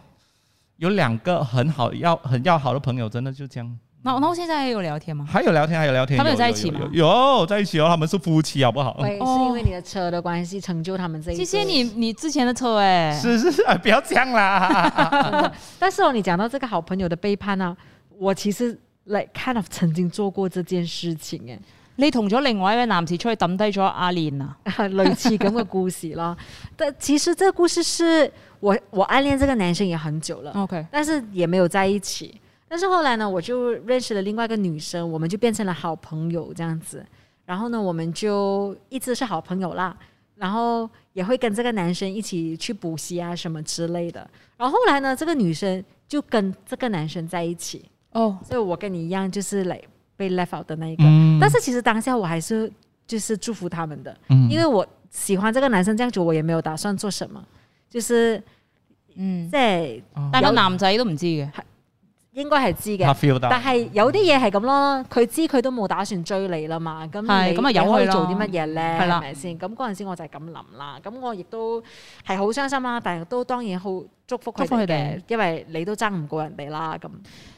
有两个很好要很要好的朋友，真的就这样。
然後然後現在還有聊天嗎？
还有聊天，还有聊天，
他们有
有
在一起吗
有有有在一起哦，他们是夫妻好不好？
会是因为你的车的关系成就他们这一对。
谢谢哦你，你之前的车哎、
是是是，哎不要这样
<laughs>
啦。
但是哦，你讲到这个好朋友的背叛呢、我其实 like kind of 曾经做过这件事情诶。
你同咗另外一位男士出去抌低咗阿蓮啊？
<laughs> 类似咁嘅故事咯。但其实这个故事是我我暗恋这个男生也很久了，
OK，
但是也没有在一起。但是后来呢，我就认识了另外一个女生，我们就变成了好朋友这样子。然后呢，我们就一直是好朋友啦。然后也会跟这个男生一起去补习啊什么之类的。然后后来呢，这个女生就跟这个男生在一起，
哦，
所以我跟你一样，就是来被 left out 的那一个。
嗯
但是其实当下我还是就是祝福他们的，
嗯
因为我喜欢这个男生这样久，我也没有打算做什么，就是
嗯，
在
但個男仔都唔知嘅，
應該係知
哦他
嘅。
feel 到
但。係有啲嘢係咁咯，佢知佢都冇打算追你啦嘛，咁
係
你
咁啊由
你可以
佢啦
做啲乜嘢咧？
係啦
係咪先？咁嗰陣時我就係咁諗啦，咁我亦都係好傷心啦，但係都當然好祝福佢
祝福
哋
佢哋
嘅，因為你都爭唔過人哋啦，咁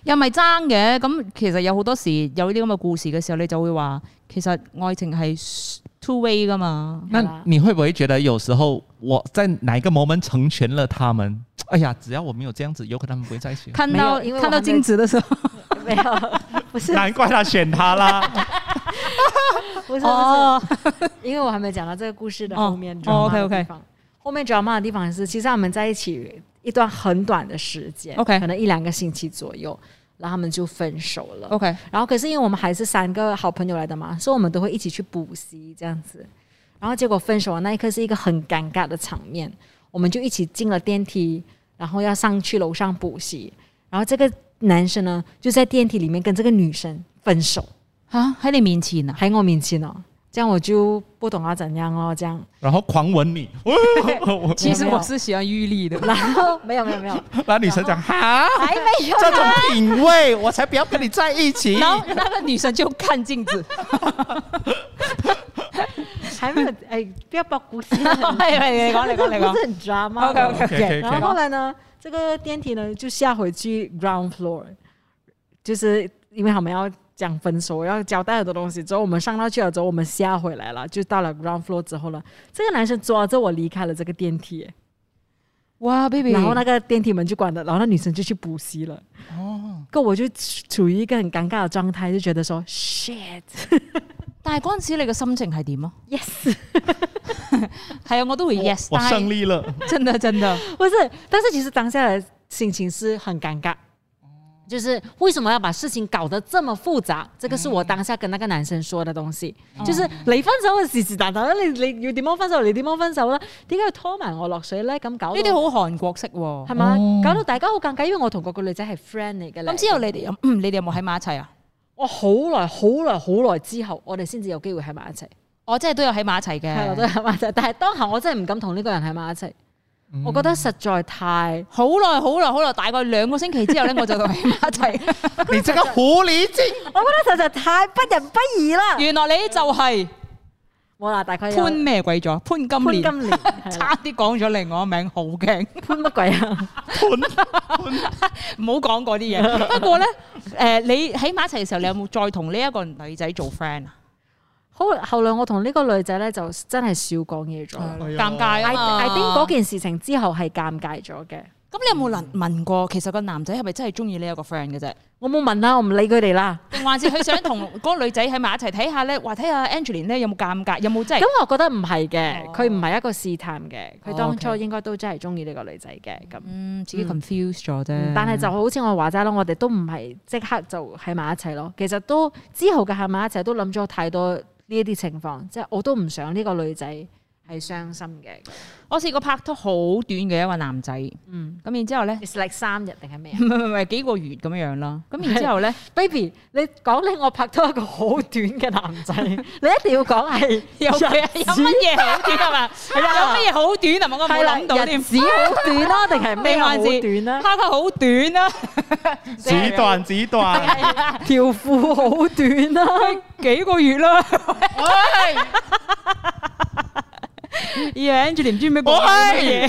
又咪爭嘅，咁其實有好多時有呢啲咁嘅故事嘅時候，你就會話其實愛情係 two way 噶嘛。
好
那
啦
你会不会觉得有时候我在哪一个 moment 成全了他们？哎呀，只要我没有这样子，有可能他们不会在一起。
看到
沒有因為我
看到
還在
鏡子的時候，
沒
<laughs>
<laughs> 有，不是
<laughs> 难怪他选他啦。
不是不
<laughs>
是，
哦，
因为我还没讲到这个故事的后面
哦
drama 的
OK，OK
地方。后面 drama 的地方是，其实他们在一起一段很短的时间
OK
可能一两个星期左右，然后他们就分手了。
哦 OK，
然后可是因为我们还是三个好朋友来的嘛，所以我们都会一起去补习这样子。然后结果分手的那一刻是一个很尴尬的场面，我们就一起进了电梯，然后要上去楼上补习。然后这个男生呢，就在电梯里面跟这个女生分手，
啊喺你面前啊，
喺我面前哦，这样我就不懂要怎样哦，这样。
<laughs> 然后狂吻 <laughs> 你，
其實我
是喜歡玉立的，
然后 <laughs> 没有没有没有，
那女 <laughs> 生讲哈，
还没有。啊
这种品味我才不要跟你在一起。
<laughs> 然後那個女生就看鏡 <laughs> 子，
还没有，哎，不要把故事，
係哎係你講你講你
<laughs> 不
講
是很 drama 的。
OK，OK，OK
OK，OK，OK
然后后来呢，这个电梯呢就下回去 ground floor，就是因为他们要讲分手，要交代很多东西。之后我们上到去了之后，我们下回来了，就到了 ground floor 之后呢，这个男生抓着我离开了这个电梯，
哇，baby，
然后那个电梯门就关了，然后那女生就去补习了。哦，可我就处于一个很尴尬的状态，就觉得说 shit，yes。
但係嗰陣時你嘅心情係點啊？係啊，我都會 yes，
我
但
胜
係
利了，
真的真的，
<laughs> 不是，但是其实当下的心情是很尴尬，就是为什么要把事情搞得这么复杂？这个
嗯
是我当下跟那个男生说的东西，
哦
就是你分手嘅時時但但你你要點樣分手？你點樣分手啦？點解要拖埋我落水咧？咁搞
呢
到
啲好韓國式喎。
係嘛
哦？
搞到大家好尷尬，因為我同嗰個女仔係 friend 嚟嘅咧。
咁之後你哋有你哋有冇喺埋一齊啊？
我好耐、好耐、好耐之後，我哋先至有機會喺埋一齊，
我哦即係都有喺埋一齊
係啦，都
嘅，
喺埋一齊。但係當下我真係唔敢同呢個人喺埋一齊，我覺得實在太
好耐好耐好耐，大概兩個星期之後咧，我就同佢喺埋一齊。
<laughs> 你这个狐狸
<laughs>
精！
嗯
我覺得實在太不仁不義啦。
原來你就係
冇啦，大概有
潘咩鬼咗？潘金
啊
蓮，
潘 <laughs> 金蓮，係啦
差啲講咗另外一個名，好驚。 <laughs>
潘乜鬼啊？
唔好講嗰啲嘢。不過咧，誒、你喺埋一齊嘅時候，你有冇再同呢一個女仔做 friend 啊？
好，後來我同呢個女仔咧就真係哦少講嘢咗。
哎呀
尷尬
I
啊
I think
嘛
嗰件事情之後係尷尬咗嘅。
咁你有冇能問過，其實個男仔係咪真係中意呢一個 friend 嘅啫？
我冇問啦，我唔理佢哋啦。
定還是佢想同 <laughs> 嗰個女仔喺埋一齊睇下咧？話睇下 Angeline 咧有冇尷尬，有冇真係
咁我覺得唔係嘅
哦，
佢唔係一個試探嘅，佢當
哦
初
，OK
應該都真係中意呢個女仔嘅咁。
嗯自己 confuse 咗啫、
但係就好似我話齋咯，我哋都唔係即刻就喺埋一齊咯。其實都之後嘅喺埋一齊都諗咗太多呢一啲情況，即係我都唔想呢個女仔係傷心嘅。
我試過拍拖好短嘅一個男仔，咁、
嗯
然之後咧，
，it's like 三日定係咩啊
<laughs> 唔？係唔係唔係幾個月咁樣樣啦。咁然之後咧，
baby，你講咧，我拍拖一個好短嘅男仔， <laughs> 你一定要講 <laughs> 係
有有乜嘢好短係嘛？有乜嘢好短係嘛？我
係
冇
啦
諗到添
日。子好短 <laughs> 啦，定係咩
定還
好
是
短啊啦？
拍得好短
<laughs>
啦、
极短极短，
條褲好短啊 <laughs> 啦，
幾個月啦。 <laughs> 喂 Angela 唔知咩講乜嘢，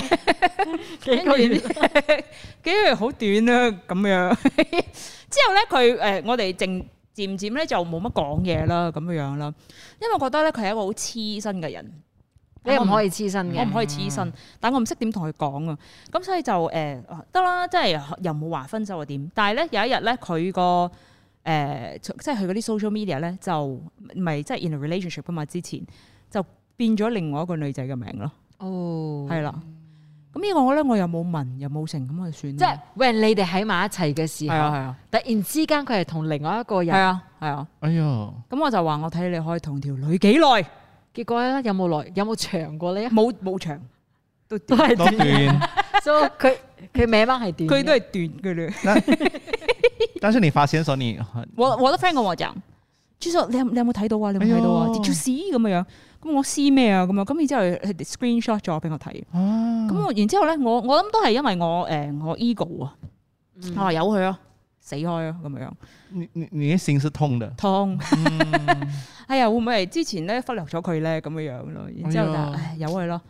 幾個月
<laughs> 幾個月好短啦、咁樣。 <laughs> 之後咧，佢誒、呃我哋漸漸漸咧就冇乜講嘢啦，咁樣樣啦。因為我覺得咧，佢係一個好黐身嘅人，
你又唔可以黐身
我唔
嘅。
可以黐身，但我唔識點同佢講啊。咁所以就誒啊得啦，即係又冇話分手啊點。但係咧有一日咧，佢個誒即係佢嗰啲 social media 咧就唔係即係 in a relationship 啊噶嘛，之前就變咗另外一個女仔嘅名咯，
哦，
係啦。咁呢個我咧我又冇問又冇成，咁就算
即係
啦。
when 你哋喺埋一齊嘅時
係啊
候，
係啊
突然之間佢係同另外一個
係
人，
啊係啊。
哎 <laughs> 呦，
咁我就話我睇你可以同條女幾 <laughs> 耐，
結果咧有冇耐，有冇長過呢？
冇冇長，都
<laughs> 都
短
係
多
短， <laughs>
短。
所以佢佢名翻係短嘅，
佢都係短嘅嘞。
但是你发现的时候你啊很
我我的 friend 跟我講，朱叔你有你有冇睇到啊？你有冇睇到啊
哎呦
？Did you see 咁樣樣？咁我 see 咩啊？咁樣咁然之後佢哋 screenshot 咗俾我睇。
啊
嗯嗯咁我然之後咧，我我諗都係因為我誒、呃我 ego 啊，我話由佢啊死開咯咁樣。
你你你的心是痛的，
痛。 <laughs> 哎呀，會唔會係之前咧忽略咗佢咧咁樣樣咯？然之後就
哎呀
唉由佢咯，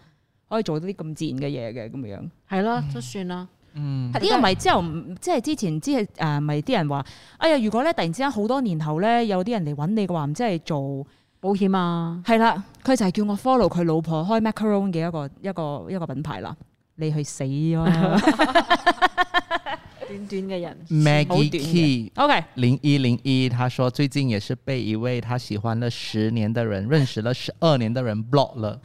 可以做到啲咁自然嘅嘢嘅咁樣樣。
係啦，都算啦。
嗯
呢個咪之後唔即係之前之係誒咪啲人話，哎呀，如果咧突然之間好多年後咧有啲人嚟揾你嘅話，唔知係做
保險啊，
係啦，佢就係叫我 follow 佢老婆開 macaron 嘅一個一個一個品牌啦。你去死啊 <laughs>
短短嘅人，
好短
Maggie
嘅
Key。
！OK，
零一零一，他说最近也是被一位他喜欢了十年的人，认识了十二年的人 block 了，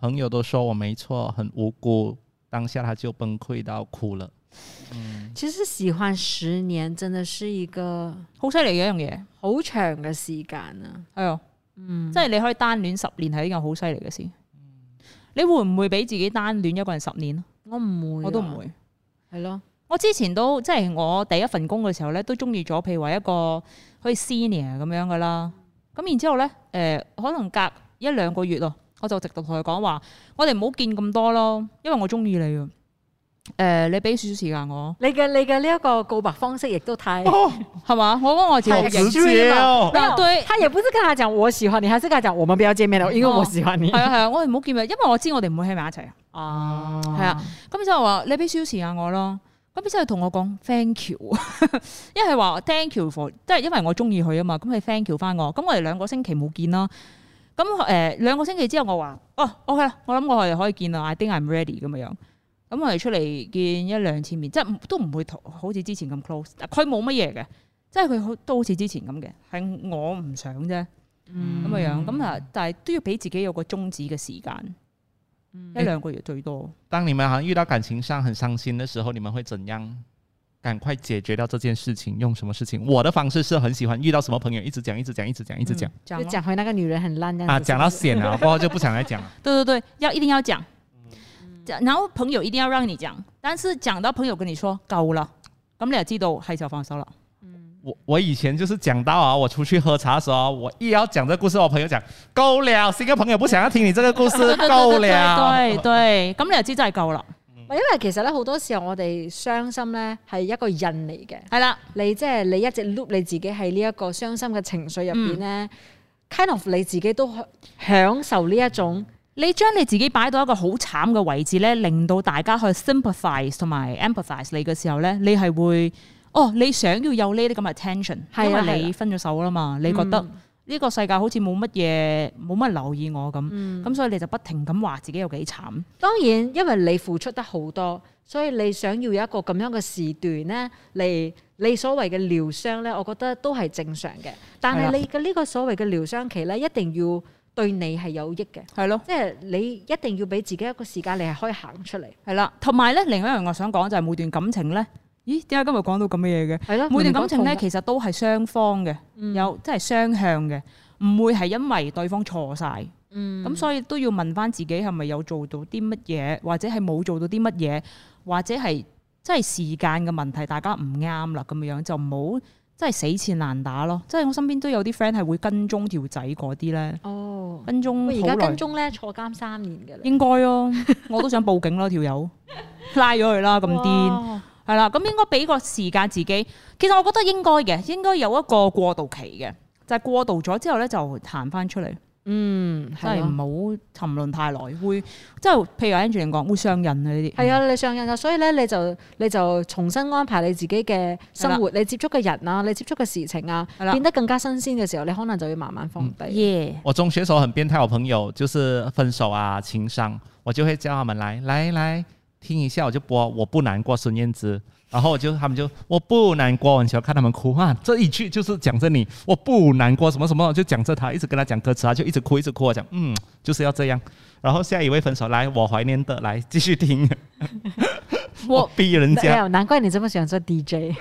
朋友都说我没错，很无辜，当下他就崩溃到哭了。
其實喜歡十年真的是一個
好犀利嘅一樣嘢，
好長嘅時間啊。
係啊，即係你可以單戀十年係一件好犀利嘅事。嗯你會唔會俾自己單戀一個人十年啊
我唔會啊，
我都唔會。
係咯，
我之前都即係我第一份工嘅時候咧，都中意咗，譬如話一個好似 senior 咁樣噶啦。咁然之後咧，誒、可能隔一兩個月咯，我就直頭同佢講話：我哋唔好見咁多咯，因為我中意你啊。誒、你俾少少時間我，
你嘅你嘅呢一個告白方式亦都太
哦，
係嘛？我講我自己
好
好型
直接哦
沒有
那對
他也不是跟他講我喜歡你，還是跟他講我們不要見面了，因為我喜歡你。
係啊係啊，我哋唔好見面，因為我知我哋唔會喺埋一齊。
啊，
哦
係啊，咁之後話你俾少少時間我咯。咁之後同我講 thank you，一係話 thank you for，即係因為我中意佢啊嘛，咁佢 thank you 翻我。咁我哋兩個星期冇見啦。咁誒、呃、兩個星期之後我話哦 OK 啦，我諗我哋可以見啦，I think I'm ready 咁樣。咁我哋出嚟見一兩次面，即係都唔會同好似之前咁 close。佢冇乜嘢嘅，即係佢好都好似之前咁嘅，係我唔想啫
嗯
咁嘅樣。
嗯
咁啊，但係都要俾自己有個終止嘅時間，
嗯
一兩個月最多。
当你们好像遇到感情上很伤心的时候，你们会怎样？赶快解决掉这件事情，用什么事情？我的方式是很喜欢遇到什么朋友一直讲，一直講，一直講，一直講。
嗯就
就講回那個女人很爛這樣子
啊，講到显了，过后就不想再讲了。
对对对，要一定要讲，讲然后朋友一定要让你讲，但是讲到朋友跟你说够啦，咁你就知道係時候放手啦。
我我以前就是讲到啊，我出去喝茶的时候啊，我一要讲这故事，我朋友讲够了，新的朋友不想要听你这个故
<laughs>
事，够了。
对對對，咁你就知真係夠啦。
因為其實咧好多時候我哋傷心咧係一個印嚟嘅，
係啦，
你即係你一直 loop 你自己喺呢一個傷心嘅情緒入邊咧，kind of 你自己都享受呢一種
你將你自己擺到一個好慘嘅位置咧，令到大家去 sympathize 同埋 empathize 你嘅時候咧，你係會哦，你想要有呢啲咁嘅 tension，
係啊
因
係
為
啊
你分咗手啦嘛，你覺得呢個世界好似冇乜嘢，冇乜留意我咁，咁、所以你就不停咁話自己有幾慘。
當然，因為你付出得好多，所以你想要有一個咁樣嘅時段咧，嚟你所謂嘅療傷咧，我覺得都係正常嘅。但
係啦
係你嘅呢個所謂嘅療傷期咧，一定要對你係有益嘅，
係咯。
即係你一定要俾自己一個時間，你係可以行出嚟。
係啦，同埋咧，另外一樣我想講就係每段感情咧，咦？點解今日講到咁嘅嘢嘅？
係咯，
每段感情咧，
明明講同
其實都係雙方嘅，
嗯
有即係雙向嘅，唔會係因為對方錯晒。咁、
嗯
所以都要問翻自己係咪有做到啲乜嘢，或者係冇做到啲乜嘢，或者係即係時間嘅問題，大家唔啱啦咁樣，就唔好即係死纏爛打咯。即係我身邊都有啲 friend 係會跟蹤條仔嗰啲咧，
哦，
跟蹤
我而
好
家
耐
跟蹤咧坐監三年嘅啦，
應該
<laughs>
咯，我都想報警咯，條友拉咗佢啦，咁癲
哇，
係啦，咁應該俾個時間自己。其實我覺得應該嘅，應該有一個過渡期嘅，就係、過渡咗之後咧就行翻出嚟，
嗯，
真係
係咯
唔好沉淪太耐，會即係譬如 Angeline 講會上癮啊呢啲。
係啊，你上癮啊，所以咧你就你就重新安排你自己嘅生活，你接觸嘅人啊，你接觸嘅事情啊，
係啦嗯
變得更加新鮮嘅時候，你可能就要慢慢放低。
耶，
我中学时候很变态，我朋友就是分手啊、情伤，我就会叫他们来来来听一下，我就播《我不难过》孙燕姿，然后我啊就他们就我不难过，我很喜欢看他们哭啊，这一句就是讲着你我不难过什么什么，我就讲着他，一直跟他讲歌词啊，就一直哭一直哭，我讲嗯就是要这样，然后下一位分手来我怀念的来继续听， <laughs> 我逼人
啊
没
家
有，哎难怪你这么喜欢做 DJ。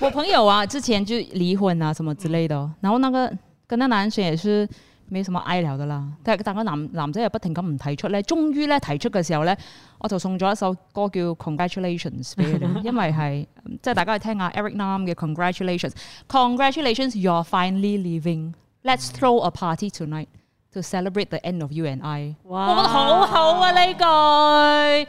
我朋友啊之前就離婚啊什麼之類的哦，然後那個跟那男生也是。沒什麼哀聊的啦，但但個男男仔又不停咁唔提出咧，終於咧提出嘅時候咧，我就送咗一首歌叫 Congratulations 俾佢哋，因為係嗯即係大家去聽下 Eric Nam 嘅 Congratulations，Congratulations you're finally leaving，let's throw a party tonight to celebrate the end of you and I。
哇
我覺得好好啊呢句，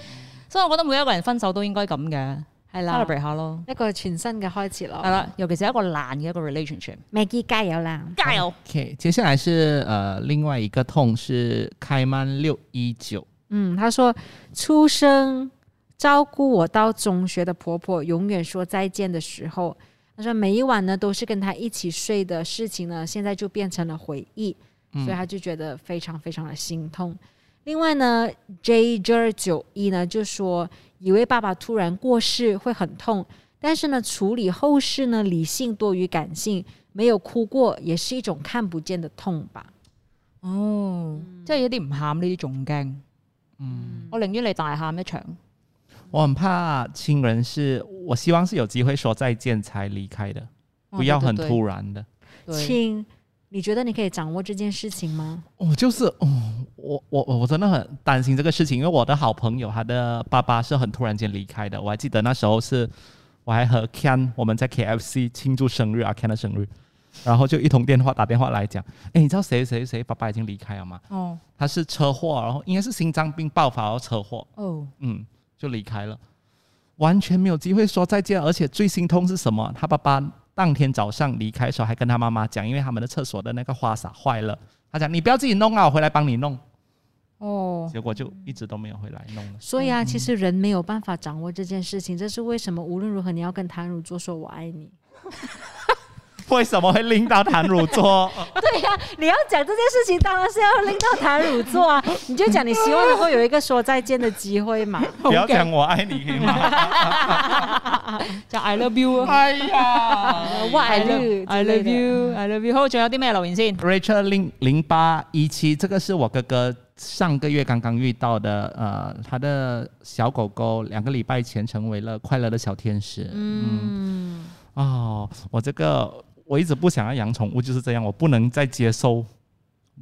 所以我覺得每一個人分手都應該咁嘅，係啦，celebrate 下咯，
一個全新嘅開始咯。
係啦，尤其是一個爛嘅一個 relationship，
Maggie 加油啦！
加油！
OK，接下来是呃另外一个痛是开曼六一九，
嗯，他说出生照顾我到中学的婆婆，永远说再见的时候，他说每一晚呢都是跟她一起睡的事情呢，现在就变成了回忆，所以他就觉得非常非常的心痛。另外呢，J J 九一呢就说，以为爸爸突然过世会很痛，但是呢，处理后事呢理性多于感性，没有哭过也是一种看不见的痛吧。
哦，即係有啲唔喊呢啲仲驚，
嗯，
我寧願你大喊一場。
我很怕亲人是，我希望是有机会说再见才离开的，
哦
不要很
對對對
突然的。
對
亲，你觉得你可以掌握这件事情吗？
我、就是哦，我我我真的很担心这个事情，因为我的好朋友他的爸爸是很突然间离开的。我还记得那时候是，我还和 Ken 我们在 KFC 庆祝生日啊，Ken 的生日，然后就一通电话打电话来讲，哎，你知道谁谁谁爸爸已经离开了吗？
哦
他是车祸，然后应该是心脏病爆发然后车祸，
哦，
嗯，就离开了，完全没有机会说再见。而且最心痛是什么？他爸爸当天早上离开的时候，还跟他妈妈讲，因为他们的厕所的那个花洒坏了，他讲你不要自己弄啊，我回来帮你弄。
哦，
结果就一直都没有回来弄了。
所以啊，其实人没有办法掌握这件事情，这是为什么无论如何你要跟谭如做说“我爱你
为什么会拎到谭乳 <laughs> 座？”。
对呀、你要讲这件事情，当然是要拎到谭如做啊，你就讲你希望能够有一个说再见的机会 <laughs> 嘛。
不要讲我爱 <laughs> 你可以吗？
就 I love <laughs> you 啊
哎呀
哇
，I
之
love I
类的
love you，I love you。好，仲有啲咩留言先？
，Rachel 零零八一七，这个是我哥哥上个月刚刚遇到的，呃，他的小狗狗两个礼拜前成为了快乐的小天使。嗯
嗯，
哦，我这个我一直不想要养宠物，就是这样，我不能再接受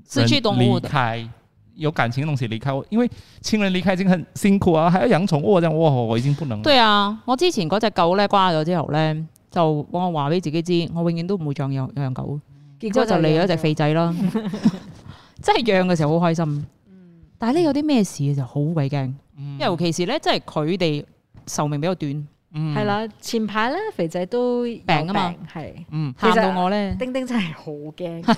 失去
人
动物
离
的
开有感情的东西离开我，因为亲人离开已经很辛苦啊，还要养宠物，这样哇，我已经不能了。
對啊，我之前嗰只狗咧瓜咗之後咧，就我話俾自己知，我永遠都唔會再養養狗。<laughs>
结
然之後
果
就嚟咗只肥仔啦，即係養嘅時候好開心。但係咧有啲咩事就好鬼驚，因為尤其是咧，即係佢哋壽命比較短，
嗯
系，啦。前排咧，肥仔都病
病啊嘛，
系
嗯，
其實
喊到我咧
丁丁真系好惊。 <laughs>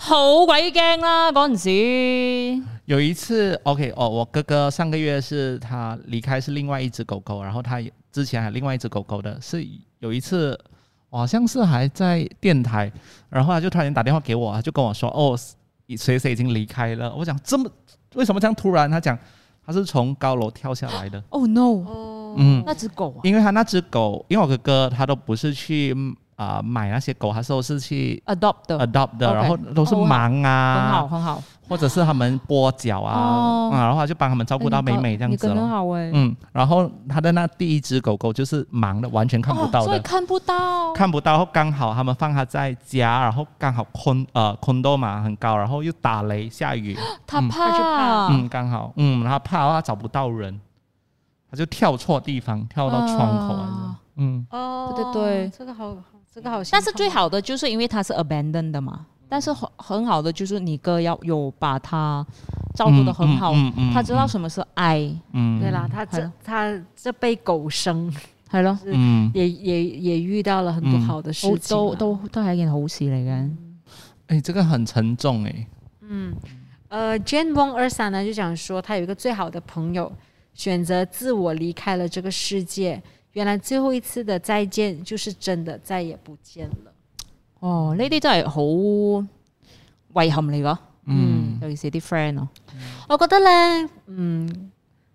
好鬼驚啦！嗰陣時
有一次，OK，哦，我哥哥上个月是他离开是另外一只狗狗，然后他也之前还有另外一只狗狗的，是有一次，我好像是还在电台，然后他就突然间打电话给我，他就跟我说，哦，谁谁已经离开了。我讲这么为什么这样突然？他讲他是从高楼跳下来的，
，Oh no，
哦
嗯
那只狗啊，
因为他那只狗，因为我哥哥他都不是去啊、呃买那些狗，他都是去呃
adopt 的，
adopt 的，
OK
然后都是
哦
盲
很
啊
好，很好，
或者是他们跛脚啊，
哦
啊，然后他就帮他们照顾到美美这样子
你很
咯。
好哎，
嗯，然后他的那第一只狗狗就是盲的，完全看不到
哦所
的，
以看不到，
看不到。然后刚好他们放它在家，然后刚好空呃空多嘛很高，然后又打雷下雨，
他
它就怕
怕
嗯，刚好，嗯，他怕他找不到人，他就跳错地方，跳到窗口来的，
啊
嗯，
哦，
对对对
这个好，这个好心痛。
但是最好的就是因为它是 abandon 的嘛，但是很很好的就是你哥要有把它照顾的很好，
嗯
他知道，什么是爱，
嗯，嗯
对啦，，他
係
这
咯
他这被狗生。
係咯，
嗯，
也也也遇到了很多
嗯
好的事
好
情、啊
哦都都都係一件好事嚟嘅。
哎，这个很沉重哎，
嗯，呃，Jane Wong 二三呢就讲说，他有一个最好的朋友选择自我离开了这个世界，原来最后一次的再见就是真的再也不见了。
哦，呢啲真係好遺憾嚟噶，
嗯。
尤其是啲 friend 啊咯。
我覺得咧，嗯，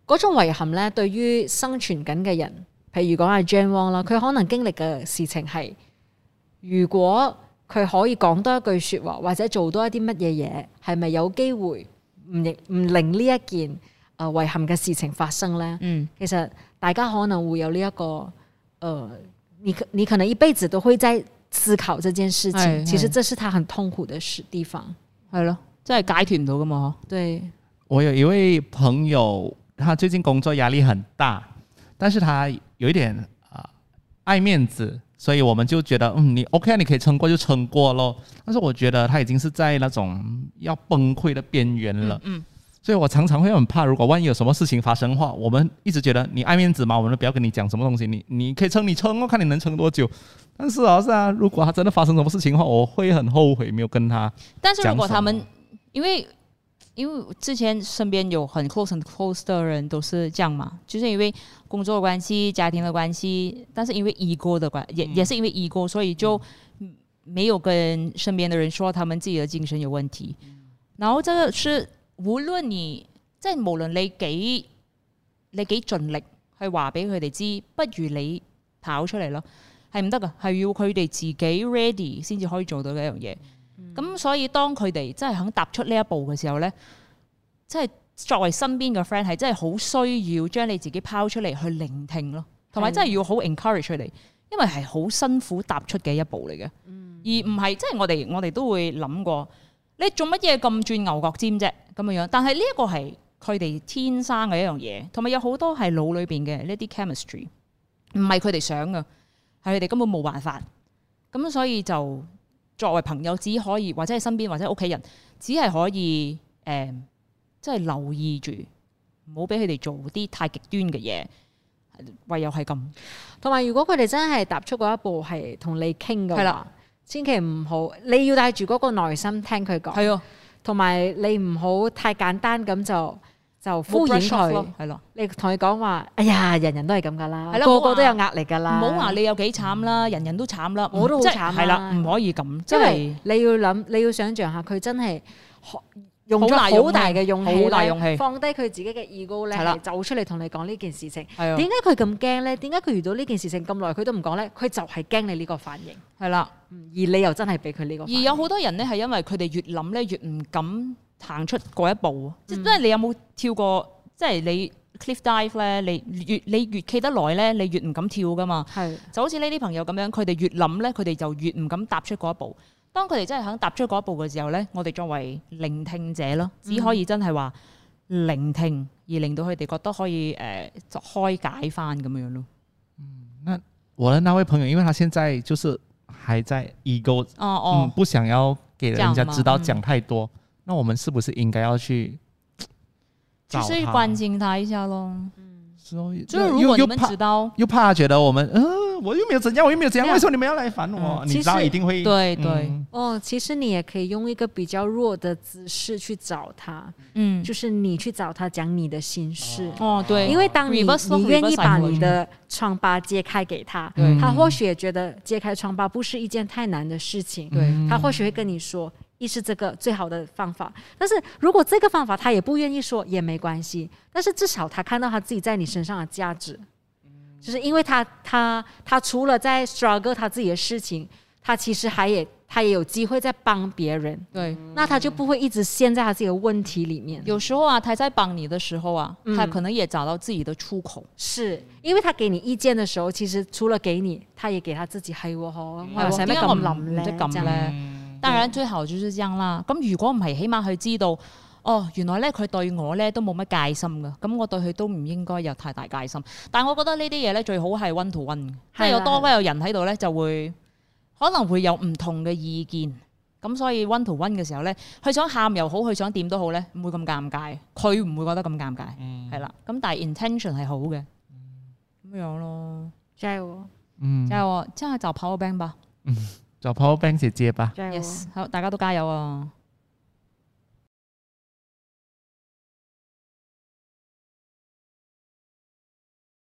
嗰種遺憾咧，對於生存緊嘅人，譬如講係 Jane Wong 啦，佢可能經歷嘅事情係，如果佢可以講多一句説話，或者做多一啲乜嘢嘢，係咪有機會唔亦唔令呢一件誒、呃、遺憾嘅事情發生咧？
嗯，
其實大家可能會有呢、一個，呃，你可你可能一輩子都會在思考這件事
係
情，其實
係
這是他很痛苦的事地方。
係咯，真係解決唔到噶嘛。
對，
我有一位朋友，他最近工作压力很大，但是他有一点啊、呃爱面子，所以我们就觉得，嗯，你 OK，啊你可以撑过就撑过咯。但是我觉得他已经是在那种要崩溃的边缘了。
嗯，
所以我常常会很怕，如果万一有什么事情发生的话，我们一直觉得你爱面子嘛，我们不要跟你讲什么东西，你你可以撑，你撑，我看你能撑多久。但是啊，是啊，如果他真的发生什么事情的话，我会很后悔没有跟他。
但是如果
讲什么
他们因为因为之前身边有很 close 很 close 的人都是这样嘛，就是因为工作的关系、家庭的关系，但是因为 ego 的关，
嗯
也、也是因为 ego，所以就没有跟身边的人说他们自己的精神有问题。
嗯
然後真係，無論你即係無論你幾你幾盡力去話俾佢哋知，不如你跑出嚟咯，係唔得噶，係要佢哋自己 ready 先至可以做到呢樣嘢。咁、所以當佢哋真係肯踏出呢一步嘅時候咧，即係作為身邊嘅 friend 係真係好需要將你自己拋出嚟去聆聽咯，同埋
係
真係要好 encourage 佢哋，因為係好辛苦踏出嘅一步嚟嘅，而唔係即係我哋我哋都會諗過。你做乜嘢咁轉牛角尖啫？咁樣樣，但係呢一個係佢哋天生嘅一樣嘢，同埋有好多係腦裏邊嘅呢啲 chemistry，唔係佢哋想嘅，係佢哋根本冇辦法。咁所以就作為朋友，只可以或者係身邊或者屋企人，只係可以誒，呃即、係、留意住，唔好俾佢哋做啲太極端嘅嘢。唯有係咁，
同埋如果佢哋真係踏出嗰一步係同你傾嘅
係
話
啦，
千祈唔好，你要帶住嗰個耐心聽佢講，
係啊，
同埋你唔好太簡單咁就就敷
冇
衍
brush off 咯
佢。，
係咯。
你同佢講話，哎呀，人人都係咁噶啦
係，啦
個
唔好
個
話
都有壓力噶
唔
啦，
好話你有幾慘啦，人人都慘啦，
我都好
即係
慘啊
係啦，唔可以咁，即
因
係
為你要諗，你要想象下，佢真係學用咗
好大勇氣
好大嘅勇氣
好大
咧
勇氣
放低佢自己嘅 ego 咧，
係啦
係走出嚟同你講呢件事情。
係啊
點。解佢咁驚咧？點解佢遇到呢件事情咁耐，佢都唔講咧？佢就係驚你呢個反應，
係啦，
嗯而你又真係俾佢呢個
而
反應。
有好多人咧哦係因為佢哋越諗咧越唔敢行出嗰一步，即係你有冇跳過？即係你 cliff dive 咧，你越你越企得耐咧，你越唔敢跳噶嘛。
係
就好似呢啲朋友咁樣，佢哋越諗咧，佢哋就越唔敢踏出嗰一步。當佢哋真係肯踏出嗰一步嘅時候咧，我哋作為聆聽者咯，只可以真係話聆聽，而令到佢哋覺得可以誒、呃、就開解翻咁樣咯。
我的那位朋友，因为他现在就是还在 ego，、
哦哦
嗯，，不想要给人家
讲嘛
知道
嗯
讲太多，那我们是不是应该要去？
就
找
是
他
關心他一下咯。
所以
就是
又
如果你
又
们
怕
知道，
又怕觉得我们，嗯、我又没有怎样，我又没有怎样，
没有
为什么你们要来烦我？
嗯
你
其
知道
实
一定会
对对
嗯
哦，其實你也可以用一個比較弱的姿勢去找他，
嗯，
就是你去找他講你的心事。
哦对，
因为当你
reverse 咯
你愿意
reverse
把
psychology
你的疮疤揭开给他
对，
他或许也觉得揭开疮疤不是一件太难的事情，
对
他或许会跟你说。一是这个最好的方法，但是如果这个方法他也不愿意说也没关系，但是至少他看到他自己在你身上的价值，就是因为他他他除了在 struggle 他自己的事情，他其实还也他也有机会在帮别人，
对，
那他就不会一直陷在他自己的问题里面。
有时候啊，他在帮你的时候啊，
嗯
他可能也找到自己的出口。
是因為他給你意見嘅時候，其實除了給你，他也給他自己哎係喎，嗬，我又啊使乜
點解嗯哎我
咁
唔
諗咧？
唔識
咁
撳
樣
咧？當然最後就是這樣啦。咁如果唔係，起碼佢知道。哦，原來咧佢對我咧都冇乜戒心噶，咁我對佢都唔應該有太大戒心。但我覺得呢啲嘢咧最好係 one to one，嘅即係
係啦
有多有人喺度咧就會可能會有唔同嘅意見。咁所以 one to one 嘅時候咧，佢想喊又好，佢想點都好咧，唔會咁尷尬，佢唔會覺得咁尷尬，
嗯
係啦、咁但係 intention 係好嘅，咁樣咯。
加油，
嗯，
加油啊！真係就跑個 band 吧
找 Power Bank 姐姐吧。
加油！
，yes，好，大家都加油啊！